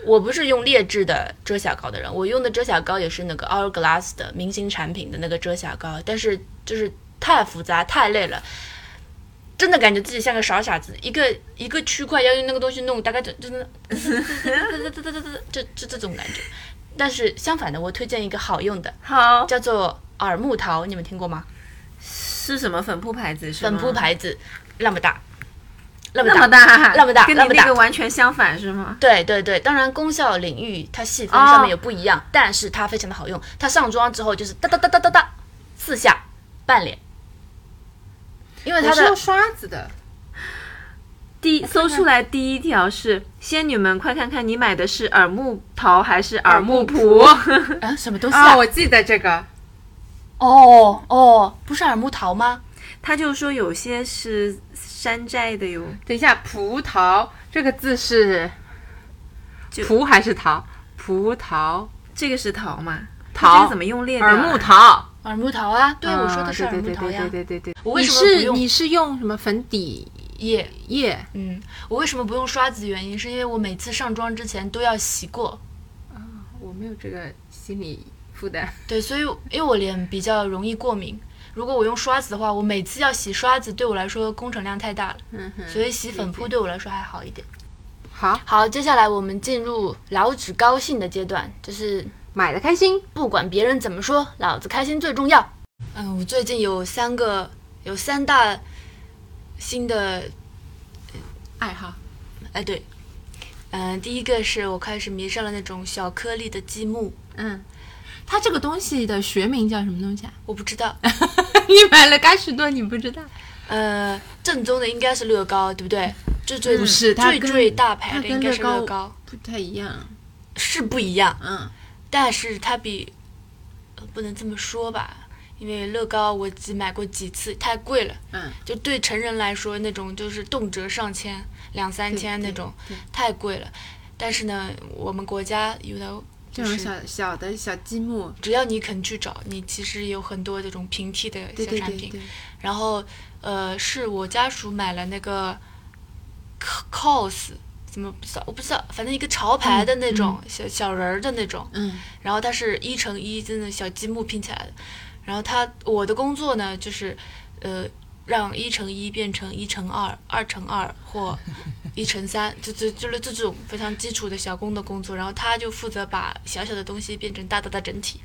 Speaker 2: 我不是用劣质的遮瑕膏的人，我用的遮瑕膏也是那个 Hourglass 的明星产品的那个遮瑕膏，但是就是太复杂太累了，真的感觉自己像个傻傻子，一个一个区块要用那个东西弄，大概就就 那，就就这种感觉。但是相反的，我推荐一个好用的，
Speaker 1: 好
Speaker 2: 叫做耳木桃，你们听过吗？
Speaker 1: 是什么粉扑牌子？是吗
Speaker 2: 粉扑牌子，那么大，那么
Speaker 1: 那么
Speaker 2: 大，
Speaker 1: 大，
Speaker 2: 那么大
Speaker 1: 跟你
Speaker 2: 那么大
Speaker 1: 那个完全相反是吗？
Speaker 2: 对对对，当然功效领域它细分
Speaker 1: 哦
Speaker 2: 上面有不一样，但是它非常的好用。它上妆之后就是哒哒哒哒哒哒四下，半脸因为它
Speaker 3: 我是
Speaker 2: 的
Speaker 3: 用刷子的，
Speaker 1: 第搜出来第一条是仙女们，快看看你买的是耳目桃还是耳目蒲？
Speaker 2: 啊什么东西
Speaker 3: 啊，
Speaker 2: 啊？
Speaker 3: 我记得这个，
Speaker 2: 哦哦，不是耳目桃吗？
Speaker 1: 他就说有些是山寨的哟，
Speaker 3: 等一下，葡萄这个字是
Speaker 1: 就
Speaker 3: 葡还是桃？葡萄
Speaker 1: 这个是桃嘛？
Speaker 3: 桃
Speaker 1: 这个怎么用裂掉啊
Speaker 3: 耳目桃，
Speaker 2: 耳目桃啊，对
Speaker 3: 啊
Speaker 2: 我说的是耳
Speaker 3: 对
Speaker 2: 目
Speaker 3: 对
Speaker 2: 桃
Speaker 3: 对
Speaker 2: 呀
Speaker 3: 对。对对对。
Speaker 2: 我为
Speaker 3: 你
Speaker 2: 什么不
Speaker 3: 是
Speaker 2: 用
Speaker 3: 你是用什么粉底
Speaker 2: 液？
Speaker 3: 液？
Speaker 2: 嗯，我为什么不用刷子？原因是因为我每次上妆之前都要洗过。
Speaker 3: 我没有这个心理负担。
Speaker 2: 对，所以因为我脸比较容易过敏，如果我用刷子的话，我每次要洗刷子，对我来说工程量太大了，
Speaker 3: 嗯哼
Speaker 2: 所以洗粉扑对我来说还好一点。
Speaker 3: 好，
Speaker 2: 好，接下来我们进入老子高兴的阶段，就是
Speaker 3: 买的开心。
Speaker 2: 不管别人怎么说，老子开心最重要。嗯，我最近有三个，有三大新的，
Speaker 3: 爱好，
Speaker 2: 哎对，嗯、第一个是我开始迷上了那种小颗粒的积木，
Speaker 3: 嗯，它这个东西的学名叫什么东西啊？
Speaker 2: 我不知道，
Speaker 3: 你买了嘎士多，你不知道？
Speaker 2: 呃，正宗的应该是乐高，对不对？最最
Speaker 3: 不是它
Speaker 2: 最
Speaker 3: 跟
Speaker 2: 最大牌
Speaker 3: 它
Speaker 2: 的
Speaker 3: 跟
Speaker 2: 应该是乐
Speaker 3: 乐
Speaker 2: 高
Speaker 3: 高，不太一样。
Speaker 2: 是不一样，
Speaker 3: 嗯，
Speaker 2: 但是它比、呃不能这么说吧，因为乐高我只买过几次，太贵了。
Speaker 3: 嗯，
Speaker 2: 就对成人来说，那种就是动辄上千、两三千那种，太贵了。但是呢，我们国家有的
Speaker 3: 这
Speaker 2: 就
Speaker 3: 种
Speaker 2: 是
Speaker 3: 小小的小积木，
Speaker 2: 只要你肯去找，你其实有很多这种平替的
Speaker 3: 对
Speaker 2: 小
Speaker 3: 对
Speaker 2: 产
Speaker 3: 对
Speaker 2: 品。
Speaker 3: 对，
Speaker 2: 然后呃，是我家属买了那个 Co- cos，怎么不知道？我不知道，反正一个潮牌的那种、小小人儿的那种，
Speaker 3: 嗯，
Speaker 2: 然后它是一乘一，真的小积木拼起来的。然后它我的工作呢，就是呃，让一乘一变成一乘二、 二乘二或一乘三，就就就是这种非常基础的小工的工作。然后他就负责把小小的东西变成大大的整体。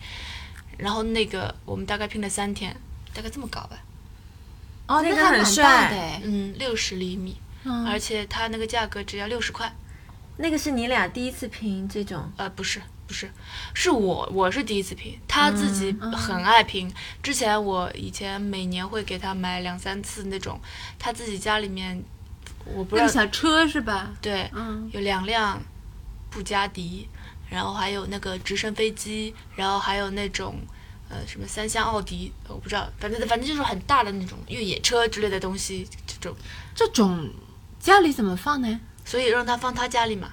Speaker 2: 然后那个我们大概拼了三天，大概这么高吧，
Speaker 3: 哦，
Speaker 1: 那个
Speaker 3: 还
Speaker 1: 很
Speaker 3: 蛮
Speaker 1: 帅
Speaker 3: 大的哎。
Speaker 2: 嗯，六十厘米，
Speaker 3: 嗯
Speaker 2: 而且它那个价格只要六十块。
Speaker 1: 那个是你俩第一次拼这种，
Speaker 2: 呃，不是，不是，是我，我是第一次拼，他自己
Speaker 3: 嗯
Speaker 2: 很爱拼。之前我以前每年会给他买两三次那种，他自己家里面，我不
Speaker 3: 那
Speaker 2: 知
Speaker 3: 个
Speaker 2: 道，
Speaker 3: 小车是吧？
Speaker 2: 对，
Speaker 3: 嗯，
Speaker 2: 有两辆布加迪，然后还有那个直升飞机，然后还有那种。呃，什么三厢奥迪，呃我不知道，反正反正就是很大的那种越野车之类的东西，这种，
Speaker 3: 这种家里怎么放呢？
Speaker 2: 所以让他放他家里 嘛，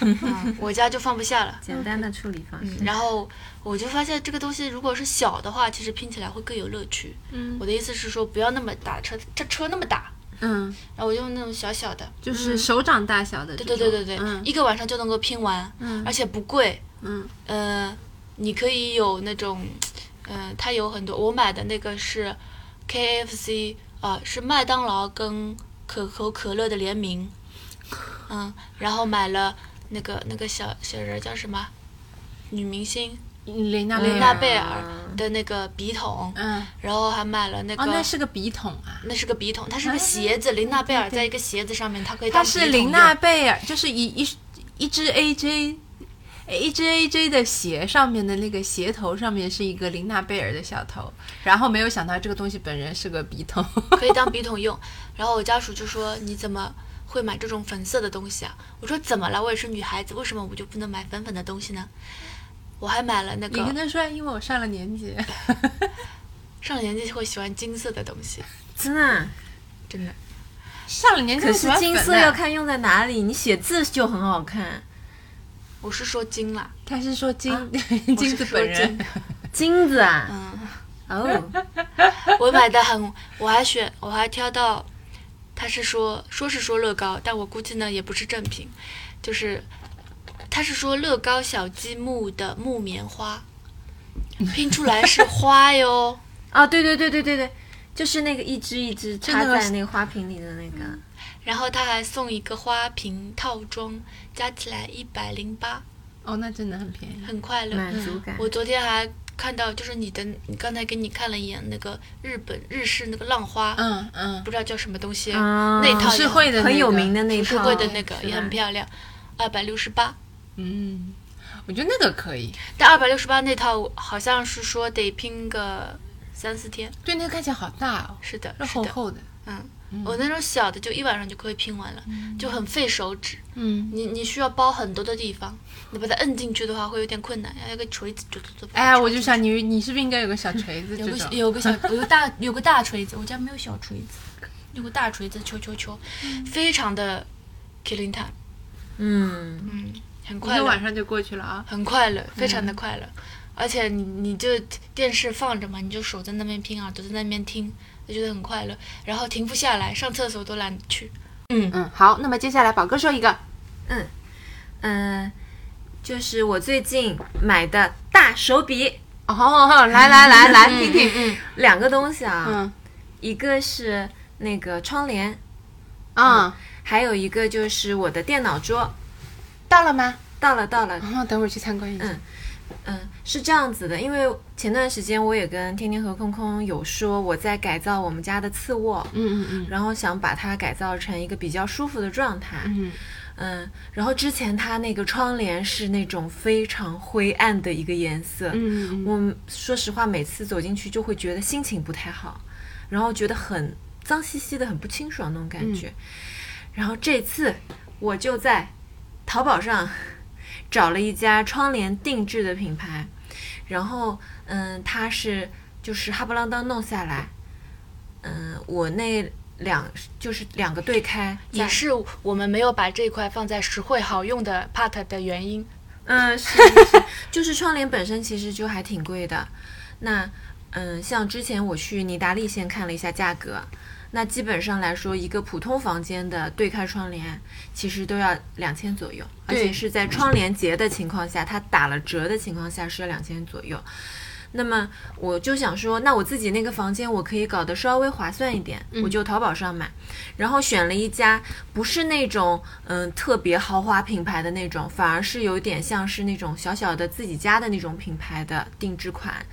Speaker 2: 嗯，我家就放不下了。
Speaker 1: 简单的处理方式。
Speaker 2: 嗯，然后我就发现这个东西如果是小的话，其实拼起来会更有乐趣。
Speaker 3: 嗯
Speaker 2: 我的意思是说，不要那么大车，这车那么大，
Speaker 3: 嗯，
Speaker 2: 然后我就用那种小小的。
Speaker 3: 就是手掌大小的这
Speaker 2: 对对
Speaker 3: 种。
Speaker 2: 对对对，
Speaker 3: 嗯
Speaker 2: 一个晚上就能够拼完，
Speaker 3: 嗯
Speaker 2: 而且不贵。
Speaker 3: 嗯
Speaker 2: 呃，你可以有那种，嗯、它有很多。我买的那个是 KFC 啊、是麦当劳跟可口可乐的联名。嗯，然后买了那个那个小小人儿叫什么？女明星
Speaker 3: 琳娜
Speaker 2: 琳娜贝
Speaker 3: 啊
Speaker 2: 尔的那个笔筒，
Speaker 3: 嗯，
Speaker 2: 然后还买了那个，
Speaker 3: 哦，那是个笔筒啊。
Speaker 2: 那是个笔筒，它是个鞋子，琳娜贝尔在一个鞋子上面，它可以
Speaker 3: 它
Speaker 2: 当
Speaker 3: 是
Speaker 2: 笔筒
Speaker 3: 琳娜
Speaker 2: 用
Speaker 3: 贝尔，就是一一一只 AJ。一只 AJ 的鞋上面的那个鞋头上面是一个琳娜贝尔的小头，然后没有想到这个东西本人是个笔筒，
Speaker 2: 可以当笔筒用。然后我家属就说：“你怎么会买这种粉色的东西啊？”我说：“怎么了？我也是女孩子，为什么我就不能买粉粉的东西呢？”我还买了那
Speaker 3: 你跟
Speaker 2: 个
Speaker 3: 他说，因为我上了年纪，
Speaker 2: 上了年纪会喜欢金色的东西，
Speaker 1: 真的啊，
Speaker 2: 真的。
Speaker 3: 上了年纪
Speaker 1: 可
Speaker 3: 哎喜
Speaker 1: 是
Speaker 3: 欢
Speaker 1: 金
Speaker 3: 粉
Speaker 1: 色
Speaker 3: 的
Speaker 1: 要，看用在哪里，你写字就很好看。
Speaker 2: 我是说金啦，
Speaker 3: 他啊是说金、
Speaker 2: 我是
Speaker 3: 金子
Speaker 2: 说
Speaker 3: 本人
Speaker 2: 金，
Speaker 1: 金子啊，
Speaker 2: 嗯。
Speaker 1: 哦，
Speaker 2: 我买的很，我还选，我还挑到，他是说说是说乐高，但我估计呢也不是正品，就是他是说乐高小积木的木棉花，拼出来是花哟。
Speaker 1: 哦，对对对对对对，就是那个一只一只
Speaker 3: 那
Speaker 1: 插
Speaker 3: 个
Speaker 1: 在那个花瓶里的那个。
Speaker 2: 然后他还送一个花瓶套装，加起来一百零八，
Speaker 3: 哦，那真的很便宜，
Speaker 2: 很快乐。
Speaker 1: 满
Speaker 3: 嗯
Speaker 1: 足感。
Speaker 2: 我昨天还看到，就是你的，你刚才给你看了一眼那个日本日式那个浪花，
Speaker 3: 嗯嗯
Speaker 2: 不，知道叫什么东西，
Speaker 1: 啊
Speaker 2: 那套
Speaker 3: 浮世绘的、那个、
Speaker 1: 很有名的那
Speaker 2: 浮世
Speaker 1: 套，
Speaker 2: 绘的那个也很
Speaker 1: 亮。
Speaker 2: 漂亮，二百六十八。
Speaker 3: 嗯，我觉得那个可以，
Speaker 2: 但二百六十八那套好像是说得拼个三四天。
Speaker 3: 对，那个看起来好大哦，
Speaker 2: 是的，
Speaker 3: 是
Speaker 2: 是
Speaker 3: 厚
Speaker 2: 的，
Speaker 3: 厚的。
Speaker 2: 嗯。我那种小的就一晚上就可以拼完了，就很费手指。
Speaker 3: 嗯，
Speaker 2: 你你需要包很多的地方，你把它摁进去的话会有点困难，要有个锤子。就就就
Speaker 3: 哎，我就想你，你是不是应该有个小锤子这
Speaker 2: 有个
Speaker 3: 种？
Speaker 2: 有个小有个 大有个大锤子，我家没有小锤子，有个大锤子，球球球，
Speaker 3: 嗯
Speaker 2: 非常的 killing time，
Speaker 1: 嗯，
Speaker 2: 嗯，很
Speaker 3: 一
Speaker 2: 快
Speaker 3: 个
Speaker 2: 乐
Speaker 3: 晚，上就过去了啊。
Speaker 2: 很快乐，非常的快乐。而且你你就电视放着嘛，你就手在那边拼，耳朵在那边听，就觉得很快乐，然后停不下来，上厕所都懒得去。
Speaker 3: 嗯，好，那么接下来宝哥说一个，
Speaker 1: 嗯，就是我最近买的大手笔，
Speaker 3: 哦，来来来来，听听，嗯
Speaker 1: 两个东西啊，
Speaker 3: 嗯
Speaker 1: 一个是那个窗帘，
Speaker 3: 啊，
Speaker 1: 还有一个就是我的电脑桌。
Speaker 3: 到了吗？
Speaker 1: 到了，到了，
Speaker 3: 哦，等会儿去参观一下。
Speaker 1: 嗯，是这样子的，因为前段时间我也跟天天和空空有说，我在改造我们家的次卧，
Speaker 3: 嗯嗯
Speaker 1: 然后想把它改造成一个比较舒服的状态。
Speaker 3: 嗯
Speaker 1: 嗯，然后之前它那个窗帘是那种非常灰暗的一个颜色，
Speaker 3: 嗯嗯
Speaker 1: 我说实话，每次走进去就会觉得心情不太好，然后觉得很脏兮兮的，很不清爽那种感觉。然后这次我就在淘宝上找了一家窗帘定制的品牌，然后嗯，它是就是哈不啷当弄下来，嗯，我那两就是两个对开
Speaker 2: 也
Speaker 1: 在，
Speaker 2: 是我们没有把这一块放在实惠好用的 part 的原因。
Speaker 1: 嗯，是是 是，就是窗帘本身其实就还挺贵的。那嗯，像之前我去尼达利先看了一下价格，那基本上来说，一个普通房间的对开窗帘其实都要两千左右，而且
Speaker 3: 对
Speaker 1: 是在窗帘节的情况下，它打了折的情况下是要两千左右。那么我就想说，那我自己那个房间我可以搞得稍微划算一点，我就淘宝上买，然后选了一家不是那种嗯特别豪华品牌的那种，反而是有点像是那种小小的自己家的那种品牌的定制款。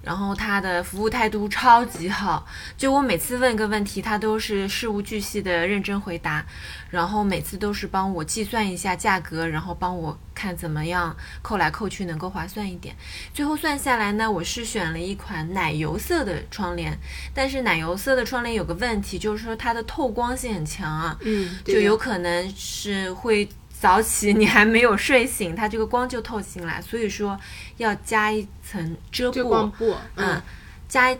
Speaker 1: 然后他的服务态度超级好，就我每次问个问题，他都是事无巨细的认真回答，然后每次都是帮我计算一下价格，然后帮我看怎么样扣来扣去能够划算一点。最后算下来呢，我是选了一款奶油色的窗帘，但是奶油色的窗帘有个问题，就是说它的透光性很强啊，
Speaker 3: 嗯，
Speaker 1: 就有可能是会早起，你还没有睡醒，它这个光就透进来，所以说要加一层遮
Speaker 3: 就
Speaker 1: 布，
Speaker 3: 光布，
Speaker 1: 嗯，加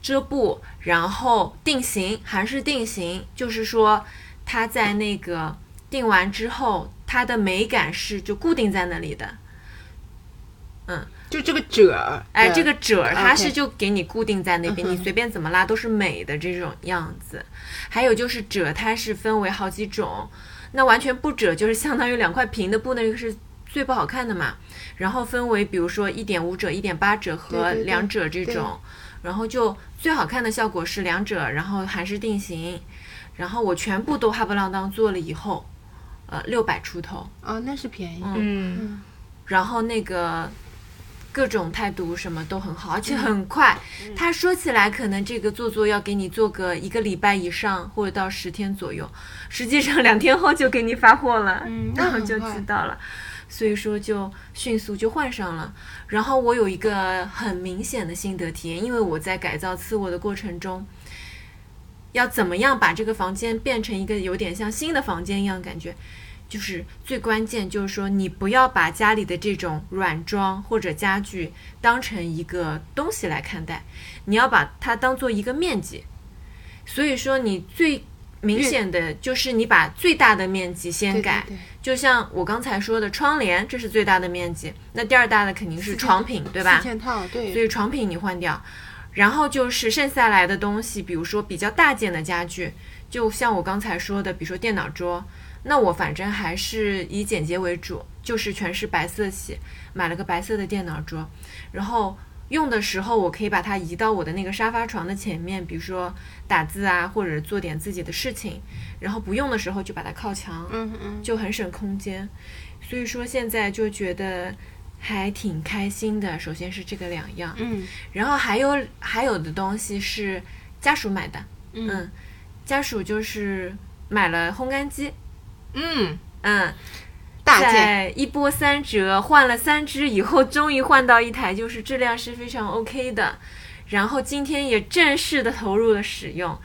Speaker 1: 遮布，然后定型，韩式定型，就是说它在那个定完之后，它的美感是就固定在那里的。
Speaker 3: 就这个褶儿，
Speaker 1: 哎，这
Speaker 3: 对
Speaker 1: 个褶儿它
Speaker 3: OK 嗯
Speaker 1: 是就给你固定在那边，你随便怎么拉都是美的这种样子。还有就是褶，它是分为好几种，那完全不褶就是相当于两块平的布，那个是最不好看的嘛。然后分为比如说一点五褶、一点八褶和
Speaker 3: 对对对
Speaker 1: 两褶这
Speaker 3: 对
Speaker 1: 种，然后就最好看的效果是两褶，然后韩式定型，然后我全部都哈不啷当做了以后，呃，六百出头。
Speaker 3: 哦，那是便宜，
Speaker 2: 嗯
Speaker 1: 然后那个各种态度什么都很好，而且
Speaker 3: 嗯
Speaker 1: 很快。他说起来可能这个做做要给你做个一个礼拜以上，或者到十天左右，实际上两天后就给你发货了，
Speaker 3: 嗯那
Speaker 1: 然后
Speaker 3: 很
Speaker 1: 就
Speaker 3: 快
Speaker 1: 知道了。所以说就迅速就换上了，然后我有一个很明显的心得体验，因为我在改造次卧的过程中，要怎么样把这个房间变成一个有点像新的房间一样的感觉，就是最关键就是说，你不要把家里的这种软装或者家具当成一个东西来看待，你要把它当做一个面积。所以说，你最明显的就是你把最大的面积先
Speaker 3: 对
Speaker 1: 改，
Speaker 3: 对对
Speaker 1: 就像我刚才说的窗帘，这是最大的面积，那第二大的肯定是
Speaker 3: 四件
Speaker 1: 床品，对吧
Speaker 3: 四？件套，对，
Speaker 1: 所以床品你换掉，然后就是剩下来的东西，比如说比较大件的家具，就像我刚才说的，比如说电脑桌，那我反正还是以简洁为主，就是全是白色系，买了个白色的电脑桌，然后。用的时候，我可以把它移到我的那个沙发床的前面，比如说打字啊，或者做点自己的事情。然后不用的时候就把它靠墙，
Speaker 3: 嗯嗯，
Speaker 1: 就很省空间。所以说现在就觉得还挺开心的。首先是这个两样，
Speaker 3: 嗯
Speaker 1: 然后还有还有的东西是家属买的，
Speaker 3: 嗯
Speaker 1: 嗯，家属就是买了烘干机，
Speaker 3: 嗯，
Speaker 1: 嗯，
Speaker 3: 大件，
Speaker 1: 在一波三折换了三只以后，终于换到一台就是质量是非常 OK 的。然后今天也正式的投入了使用。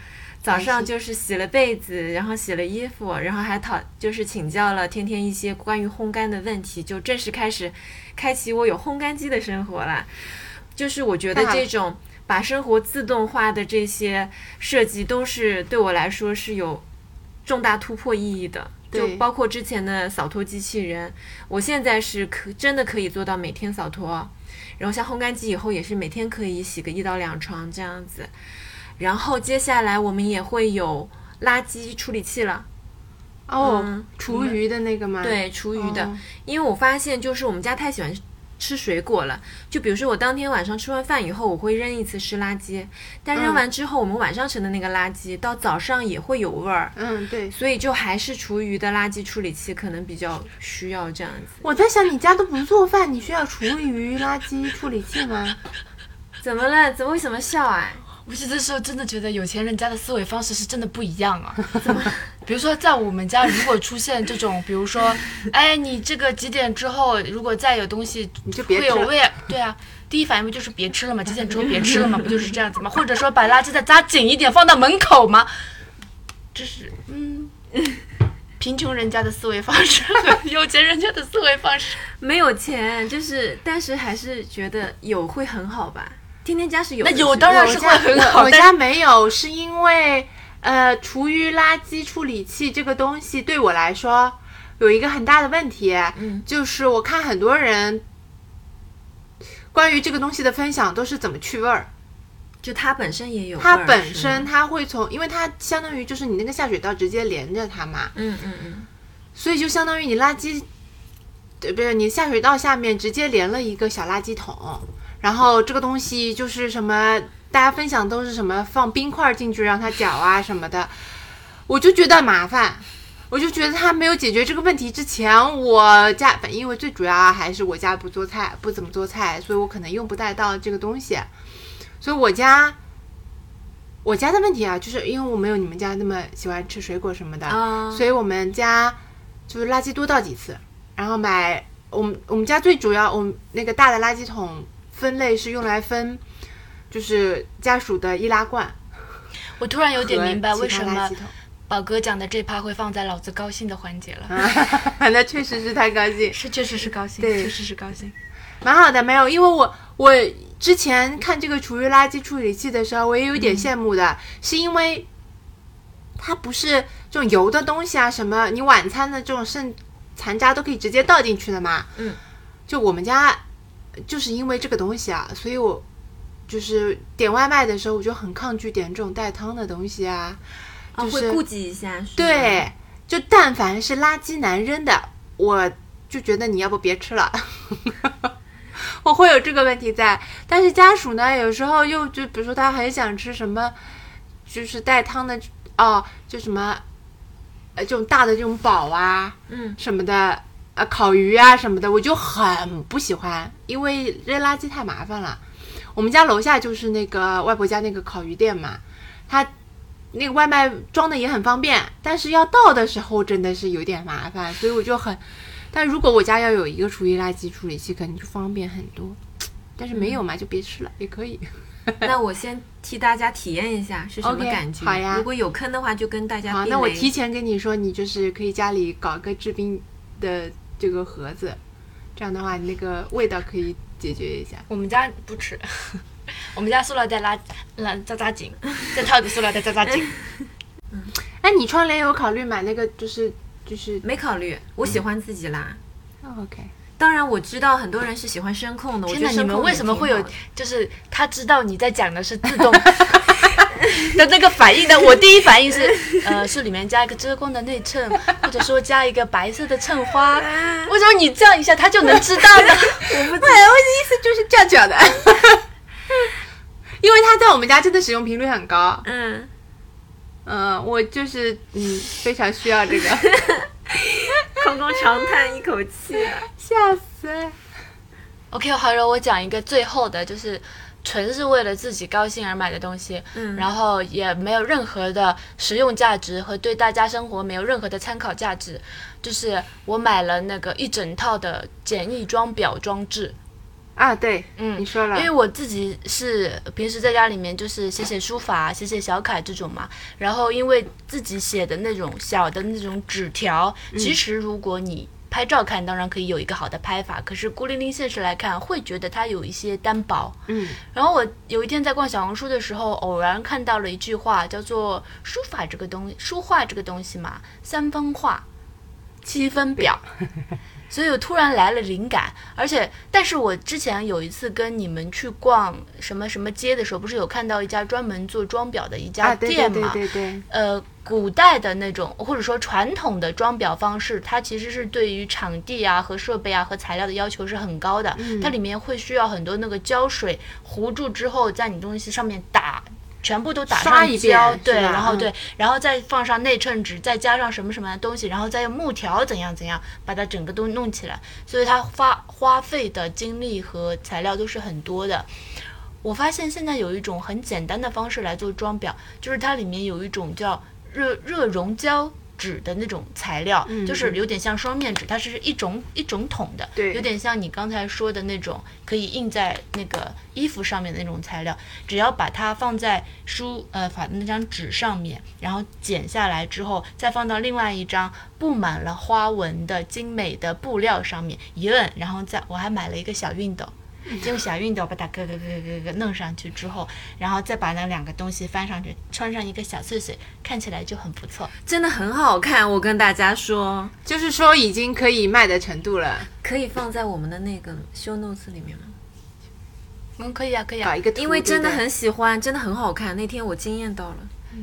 Speaker 1: 早
Speaker 3: 哎
Speaker 1: 上就是洗了被子，然后洗了衣服，然后还讨就是请教了天天一些关于烘干的问题，就正式开始开启我有烘干机的生活啦。就是我觉得
Speaker 3: 太好
Speaker 1: 这种把生活自动化的这些设计，都是对我来说是有重大突破意义的。就
Speaker 3: 对
Speaker 1: 包括之前的扫拖机器人，我现在是可真的可以做到每天扫拖，然后像烘干机以后也是每天可以洗个一到两床这样子。然后接下来我们也会有垃圾处理器了，
Speaker 3: 哦
Speaker 1: 嗯，
Speaker 3: 厨余的那个吗？，
Speaker 1: 对厨余的，
Speaker 3: 哦
Speaker 1: 因为我发现就是我们家太喜欢吃水果了，就比如说我当天晚上吃完饭以后，我会扔一次湿垃圾，但扔
Speaker 3: 嗯
Speaker 1: 完之后，我们晚上盛的那个垃圾到早上也会有味儿，
Speaker 3: 嗯，对。
Speaker 1: 所以就还是厨余的垃圾处理器可能比较需要这样子。
Speaker 3: 我在想，你家都不做饭，你需要厨余垃圾处理 器吗？
Speaker 1: 怎么了？怎么为什么笑啊？
Speaker 6: 我是这时候真的觉得有钱人家的思维方式是真的不一样 啊。 比如说，在我们家如果出现这种，比如说，哎，你这个几点之后如果再有东西
Speaker 3: 你就别
Speaker 6: 会
Speaker 3: 吃
Speaker 6: 有
Speaker 3: 了。
Speaker 6: 味，对啊，第一反应不就是别吃了嘛？几点之后别吃了嘛？不就是这样子吗？或者说把垃圾再扎紧一点放到门口吗？这是 嗯。贫穷人家的思维方式和有钱人家的思维方 式，
Speaker 1: 没有钱，就是但是还是觉得有会很好吧。天天家是有
Speaker 6: 那
Speaker 1: 的
Speaker 6: 有
Speaker 1: 吃
Speaker 6: 当然是
Speaker 3: 我家
Speaker 6: 会很好
Speaker 3: 我我
Speaker 6: 但
Speaker 3: 家没有，是因为呃，厨余垃圾处理器这个东西对我来说有一个很大的问题，嗯，就是我看很多人关于这个东西的分享都是怎么去味儿，
Speaker 1: 就它本身也有味儿，
Speaker 3: 它本
Speaker 1: 是
Speaker 3: 身
Speaker 1: 吗，
Speaker 3: 它会从，因为它相当于就是你那个下水道直接连着它嘛，
Speaker 1: 嗯嗯嗯，
Speaker 3: 所以就相当于你垃圾，对不是你下水道下面直接连了一个小垃圾桶，然后这个东西就是什么，大家分享都是什么放冰块进去让它搅啊什么的，我就觉得麻烦。我就觉得他没有解决这个问题之前，我家反因为最主要还是我家不做菜，不怎么做菜，所以我可能用不太到这个东西。所以我家，我家的问题啊，就是因为我没有你们家那么喜欢吃水果什么的，
Speaker 6: 嗯
Speaker 1: 啊
Speaker 3: 所以我们家就是垃圾多倒几次，然后买我们我们家最主要，我们那个大的垃圾桶分类是用来分，就是家属的易拉罐
Speaker 6: 我突然有
Speaker 3: 和
Speaker 6: 点明白
Speaker 3: 其
Speaker 6: 为
Speaker 3: 他
Speaker 6: 什
Speaker 3: 垃
Speaker 6: 么
Speaker 3: 圾桶。
Speaker 6: 宝哥讲的这趴会放在老子高兴的环节了。
Speaker 3: 啊，那确实是太高兴，
Speaker 6: 是，确实是高兴，
Speaker 3: 对
Speaker 6: 确实是高兴。
Speaker 3: 蛮好的，没有，因为我我之前看这个厨余垃圾处理器的时候，我也有点羡
Speaker 1: 嗯
Speaker 3: 慕的，是因为它不是这种油的东西啊，什么你晚餐的这种剩残渣都可以直接倒进去的嘛。
Speaker 1: 嗯，
Speaker 3: 就我们家就是因为这个东西啊，所以我就是点外卖的时候，我就很抗拒点这种带汤的东西啊。
Speaker 1: 啊
Speaker 3: 就是
Speaker 1: 会顾及一下，是吗，
Speaker 3: 对，就但凡是垃圾男扔的，我就觉得你要不别吃了。 我会有这个问题在，但是家属呢，有时候又就比如说他很想吃什么，就是带汤的哦，就什么，呃，这种大的这种煲啊，
Speaker 1: 嗯，
Speaker 3: 什么的，呃，烤鱼啊什么的，我就很不喜欢，因为扔垃圾太麻烦了。我们家楼下就是那个外婆家那个烤鱼店嘛，它那个外卖装的也很方便，但是要到的时候真的是有点麻烦，所以我就很。但如果我家要有一个厨余垃圾处理器，可能就方便很多。但是没有嘛，就别吃了，也可以。
Speaker 1: 那我先替大家体验一下是什么
Speaker 3: OK，
Speaker 1: 感觉。
Speaker 3: 好呀
Speaker 1: 如果有坑的话，就跟大家
Speaker 3: 好，
Speaker 1: 避
Speaker 3: 嗯那我
Speaker 1: 雷
Speaker 3: 提前跟你说，你就是可以家里搞个制冰的这个盒子，这样的话，你那个味道可以解决一下。
Speaker 6: 我们家不吃， 我们家塑料袋拉拉扎扎紧，再套一个塑料袋扎扎紧。
Speaker 3: 哎，你窗帘有考虑买那个就是就是
Speaker 1: 没考虑，我
Speaker 3: 嗯
Speaker 1: 喜欢自己啦。
Speaker 3: 哦 OK？
Speaker 1: 当然我知道很多人是喜欢声控的，我
Speaker 6: 天
Speaker 1: 觉得
Speaker 6: 哪，
Speaker 1: 声
Speaker 6: 你
Speaker 1: 控
Speaker 6: 们为
Speaker 1: 也
Speaker 6: 什么
Speaker 1: 挺
Speaker 6: 会有
Speaker 1: 好的？
Speaker 6: 就是他知道你在讲的是自动 的那个反应的？我第一反应是，呃，是里面加一个遮光的内衬，或者说加一个白色的衬花。
Speaker 1: 啊
Speaker 6: 为什么你这样一下他就能知道呢？
Speaker 3: 对，哎我的意思就是这样讲的， 因为它在我们家真的使用频率很高。
Speaker 1: 嗯，
Speaker 3: 嗯，我就是嗯非常需要这个，
Speaker 1: 空空长叹一口气啊。
Speaker 3: 吓死！
Speaker 6: OK，好了，我讲一个最后的，就是纯是为了自己高兴而买的东西，
Speaker 1: 嗯
Speaker 6: 然后也没有任何的实用价值和对大家生活没有任何的参考价值。就是我买了那个一整套的简易装裱装置，
Speaker 3: 啊，对，
Speaker 6: 嗯
Speaker 3: 你说了，
Speaker 6: 因为我自己是平时在家里面就是写写书法、写写小楷这种嘛，然后因为自己写的那种小的那种纸条，其实如果你拍照看，当然可以有一个好的拍法，可是孤零零现实来看，会觉得它有一些单薄。
Speaker 3: 嗯
Speaker 6: 然后我有一天在逛小红书的时候，偶然看到了一句话，叫做“书法这个东书画这个东西嘛，三分画，七分表”，所以我突然来了灵感。而且，但是我之前有一次跟你们去逛什么什么街的时候，不是有看到一家专门做装裱的一家
Speaker 3: 啊，对对
Speaker 6: 店
Speaker 3: 对
Speaker 6: 嘛？
Speaker 3: 对对，
Speaker 6: 呃，古代的那种或者说传统的装裱方式，它其实是对于场地啊、和设备啊、和材料的要求是很高的。它里面会需要很多那个胶水糊住之后，在你东西上面打。全部都打
Speaker 3: 刷
Speaker 6: 上
Speaker 3: 一遍
Speaker 6: 胶，对，
Speaker 3: 是吧
Speaker 6: 然后
Speaker 3: 嗯
Speaker 6: 对，然后再放上内衬纸，再加上什么什么样的东西，然后再用木条怎样怎样，把它整个都弄起来。所以它花花费的精力和材料都是很多的。我发现现在有一种很简单的方式来做装裱，就是它里面有一种叫热热熔胶纸的那种材料，就是有点像双面纸，它是一种一种桶的，
Speaker 3: 对
Speaker 6: 有点像你刚才说的那种可以印在那个衣服上面的那种材料。只要把它放在书呃法那张纸上面，然后剪下来之后，再放到另外一张布满了花纹的精美的布料上面一摁，然后再我还买了一个小熨斗。用小熨斗把它咯咯咯咯咯弄上去之后，然后再把那两个东西翻上去，穿上一个小碎碎，看起来就很不错。
Speaker 1: 真的很好看，我跟大家说，
Speaker 3: 就是说已经可以卖的程度了，
Speaker 1: 可以放在我们的那个 show notes 里面吗？
Speaker 6: 嗯，可以啊，可以啊
Speaker 3: 搞一。个图，
Speaker 1: 因为真的
Speaker 3: 对不对
Speaker 1: 很喜欢，真的很好看。那天我惊艳到了，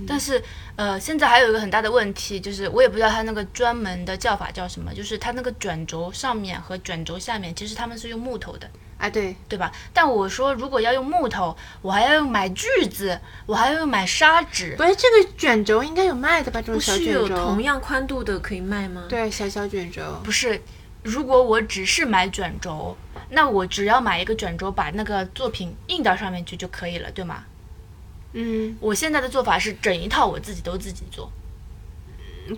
Speaker 6: 但是呃，现在还有一个很大的问题，就是我也不知道它那个专门的叫法叫什么，就是它那个卷轴上面和卷轴下面，其实他们是用木头的。
Speaker 3: 啊，对，
Speaker 6: 对吧？但我说，如果要用木头，我还要买锯子，我还要买砂纸
Speaker 3: 不，是这个卷轴应该有卖的吧？这种
Speaker 1: 不
Speaker 3: 小
Speaker 1: 是
Speaker 3: 卷
Speaker 1: 有
Speaker 3: 轴
Speaker 1: 同，样宽度的可以卖吗？，
Speaker 3: 对，小小卷轴，
Speaker 6: 不是，如果我只是买卷轴，那我只要买一个卷轴，把那个作品印到上面去就可以了，对吗？
Speaker 3: 嗯，
Speaker 6: 我现在的做法是整一套我自己都自己做，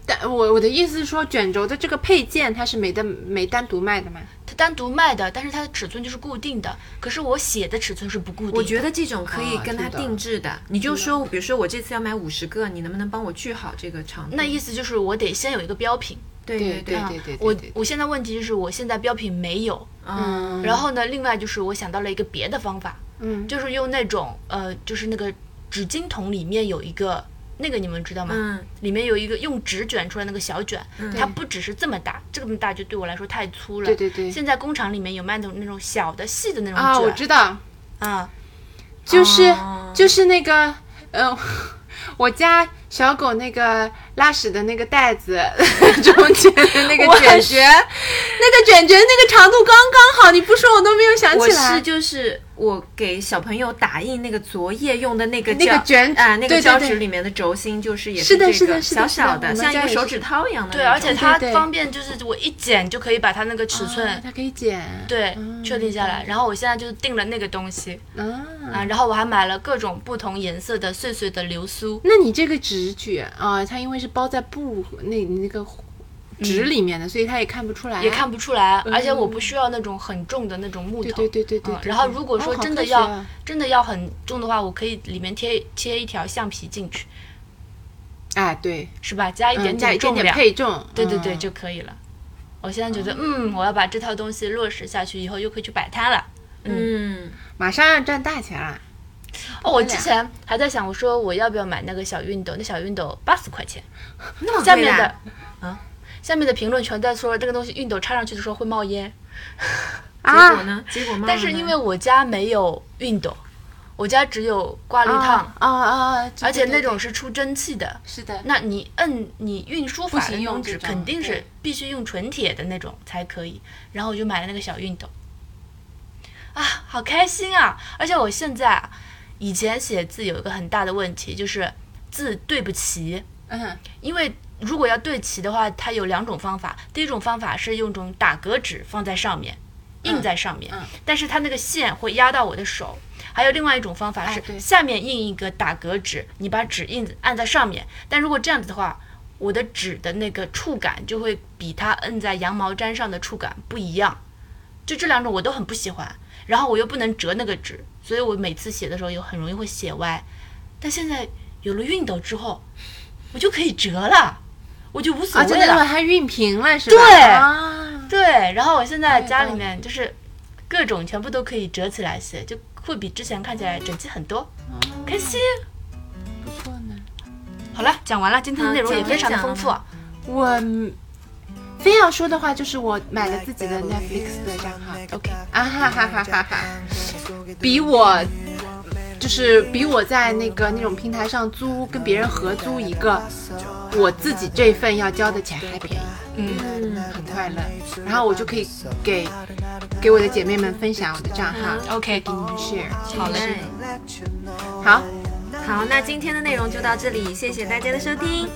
Speaker 3: 但我我的意思是说，卷轴的这个配件它是没单没单独卖的嘛？
Speaker 6: 它单独卖的，但是它的尺寸就是固定的，可是我写的尺寸是不固定的。
Speaker 1: 我觉得这种可以
Speaker 3: 啊
Speaker 1: 跟它
Speaker 3: 是的
Speaker 1: 定制的，你就说，比如说我这次要买五十个，你能不能帮我锯好这个长度？
Speaker 6: 那意思就是我得先有一个标品。
Speaker 1: 对
Speaker 3: 对
Speaker 1: 对，
Speaker 6: 啊
Speaker 3: 对对对
Speaker 6: 我
Speaker 3: 对对
Speaker 6: 我现在问题就是我现在标品没有，
Speaker 1: 嗯，
Speaker 6: 然后呢，另外就是我想到了一个别的方法，
Speaker 3: 嗯，
Speaker 6: 就是用那种呃，就是那个纸巾桶里面有一个那个你们知道吗？
Speaker 1: 嗯
Speaker 6: 里面有一个用纸卷出来那个小卷，它不只是这么大，这么大就对我来说太粗了。
Speaker 3: 嗯对对对
Speaker 6: 现在工厂里面有卖的那种小的细的那种卷，
Speaker 3: 啊，我知道，
Speaker 6: 啊
Speaker 3: 就是、
Speaker 1: 哦
Speaker 3: 就是那个，呃，我家小狗那个拉屎的那个袋子 中间的那个卷卷，那个卷卷那个长度刚刚好，你不说我都没有想
Speaker 1: 我
Speaker 3: 起
Speaker 1: 是
Speaker 3: 来。
Speaker 1: 就是我给小朋友打印那个作业用的那个
Speaker 3: 那个
Speaker 1: 胶
Speaker 3: 卷
Speaker 1: 啊，那
Speaker 3: 对
Speaker 1: 个
Speaker 3: 对
Speaker 1: 胶
Speaker 3: 对
Speaker 1: 纸里面的轴心，就是也
Speaker 3: 是的
Speaker 1: 这
Speaker 3: 是
Speaker 1: 个
Speaker 3: 的是
Speaker 1: 小
Speaker 3: 的是的
Speaker 1: 小
Speaker 3: 我们
Speaker 1: 像一
Speaker 3: 家
Speaker 1: 个
Speaker 3: 也
Speaker 1: 手
Speaker 3: 是
Speaker 1: 指套一样的
Speaker 6: 对，
Speaker 1: 那
Speaker 6: 而且
Speaker 1: 种
Speaker 6: 它
Speaker 3: 对对
Speaker 6: 方便，就是我一剪就可以把它那个尺寸。
Speaker 3: 啊它可以剪，
Speaker 6: 对，
Speaker 3: 嗯
Speaker 6: 确定下来，然后我现在就是定了那个东西
Speaker 3: 啊。
Speaker 6: 啊，然后我还买了各种不同颜色的碎碎的流苏，
Speaker 3: 那你这个纸卷啊，它因为是包在布那那个纸里面的，所以它也看不出来，
Speaker 6: 嗯
Speaker 3: 啊
Speaker 6: 也看不出来，而且我不需要那种很重的那种木头。
Speaker 3: 嗯对对对对对
Speaker 6: 嗯
Speaker 3: 对
Speaker 6: 然后
Speaker 3: 对
Speaker 6: 如果
Speaker 3: 哦
Speaker 6: 说
Speaker 3: 好
Speaker 6: 真
Speaker 3: 科
Speaker 6: 的
Speaker 3: 学
Speaker 6: 要、
Speaker 3: 啊
Speaker 6: 真的要很重的话，我可以里面贴贴一条橡皮进去，
Speaker 3: 哎，对，
Speaker 6: 是吧？加一点
Speaker 3: 嗯加一点
Speaker 6: 重
Speaker 3: 点
Speaker 6: 量，
Speaker 3: 配重，
Speaker 6: 对对对、
Speaker 3: 嗯
Speaker 6: 就可以了。我现在觉得，嗯，我要把这套东西落实下去，以后又可以去摆摊了。
Speaker 1: 嗯，
Speaker 3: 马上要赚大钱了。
Speaker 6: 哦，我之前还在想，我说我要不要买那个小熨斗？那小熨斗八十块钱，
Speaker 1: 那么
Speaker 6: 下
Speaker 1: 贵
Speaker 6: 面的
Speaker 1: 啊
Speaker 6: 啊，下面的评论全在说这个东西熨斗插上去的时候会冒烟。
Speaker 3: 啊
Speaker 6: 啊
Speaker 1: 结果呢？结果
Speaker 3: 嗯
Speaker 1: 吗？
Speaker 6: 但是因为我家没有熨斗，我家只有挂绿烫，
Speaker 3: 啊啊啊！
Speaker 6: 而且
Speaker 3: 对对
Speaker 6: 那种
Speaker 3: 对
Speaker 6: 是出蒸汽的。
Speaker 3: 是的，
Speaker 6: 那你摁你运输法
Speaker 3: 不
Speaker 6: 的
Speaker 3: 行
Speaker 6: 那
Speaker 3: 用
Speaker 6: 种
Speaker 3: 这
Speaker 6: 纸，
Speaker 3: 种
Speaker 6: 肯定是
Speaker 3: 对
Speaker 6: 必须用纯铁的那种才可以。然后我就买了那个小熨斗，啊，好开心啊！而且我现在啊，以前写字有一个很大的问题，就是字对不齐。
Speaker 3: 嗯，
Speaker 6: 因为如果要对齐的话，它有两种方法。第一种方法是用种打格纸放在上面，印在上面，
Speaker 3: 嗯
Speaker 6: 但是它那个线会压到我的手。还有另外一种方法
Speaker 3: 哎
Speaker 6: 是
Speaker 3: 对
Speaker 6: 下面印一个打格纸，你把纸印按在上面。但如果这样子的话，我的纸的那个触感就会比它摁在羊毛毡上的触感不一样。就这两种我都很不喜欢，然后我又不能折那个纸，所以我每次写的时候有很容易会写歪。但现在有了熨斗之后，我就可以折了，我就无所
Speaker 3: 啊，真
Speaker 6: 谓
Speaker 3: 的
Speaker 6: 了。
Speaker 3: 把它熨平了是吧？
Speaker 6: 对
Speaker 3: 啊，
Speaker 6: 对，然后我现在
Speaker 3: 有
Speaker 6: 家
Speaker 3: 道
Speaker 6: 里
Speaker 3: 理
Speaker 6: 面就是各种全部都可以折起来写，就会比之前看起来整齐很多，开心。
Speaker 3: 不错呢。
Speaker 6: 好了，讲完了，今天的内容
Speaker 1: 嗯
Speaker 6: 也非常的
Speaker 1: 讲
Speaker 6: 丰
Speaker 1: 完
Speaker 6: 富。
Speaker 3: 我嗯非要说的话，就是我买了自己的 Netflix 的账号
Speaker 6: OK
Speaker 3: 啊哈哈哈哈哈，比我就是比我在那个那种平台上租跟别人合租一个，我自己这份要交的钱还便宜。
Speaker 6: 嗯
Speaker 3: 很快乐，然后我就可以给给我的姐妹们分享我的账号，
Speaker 6: ，OK，
Speaker 3: 给你们 share。
Speaker 6: 嗯好嘞，
Speaker 1: 嘞。
Speaker 3: 好，
Speaker 1: 好，那今天的内容就到这里，谢谢大家的收听。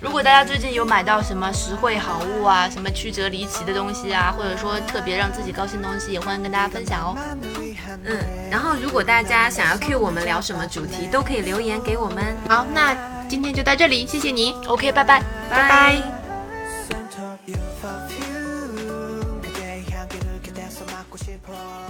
Speaker 6: 如果大家最近有买到什么实惠好物啊，什么曲折离奇的东西啊，或者说特别让自己高兴的东西，也欢迎跟大家分享哦。
Speaker 1: 嗯，然后如果大家想要 Q 我们聊什么主题，都可以留言给我们。
Speaker 3: 好，那今天就到这里，谢谢你。
Speaker 6: OK，拜拜。
Speaker 1: 拜拜。
Speaker 4: center you perfume 그대의 향기를 기대서 맡고 싶어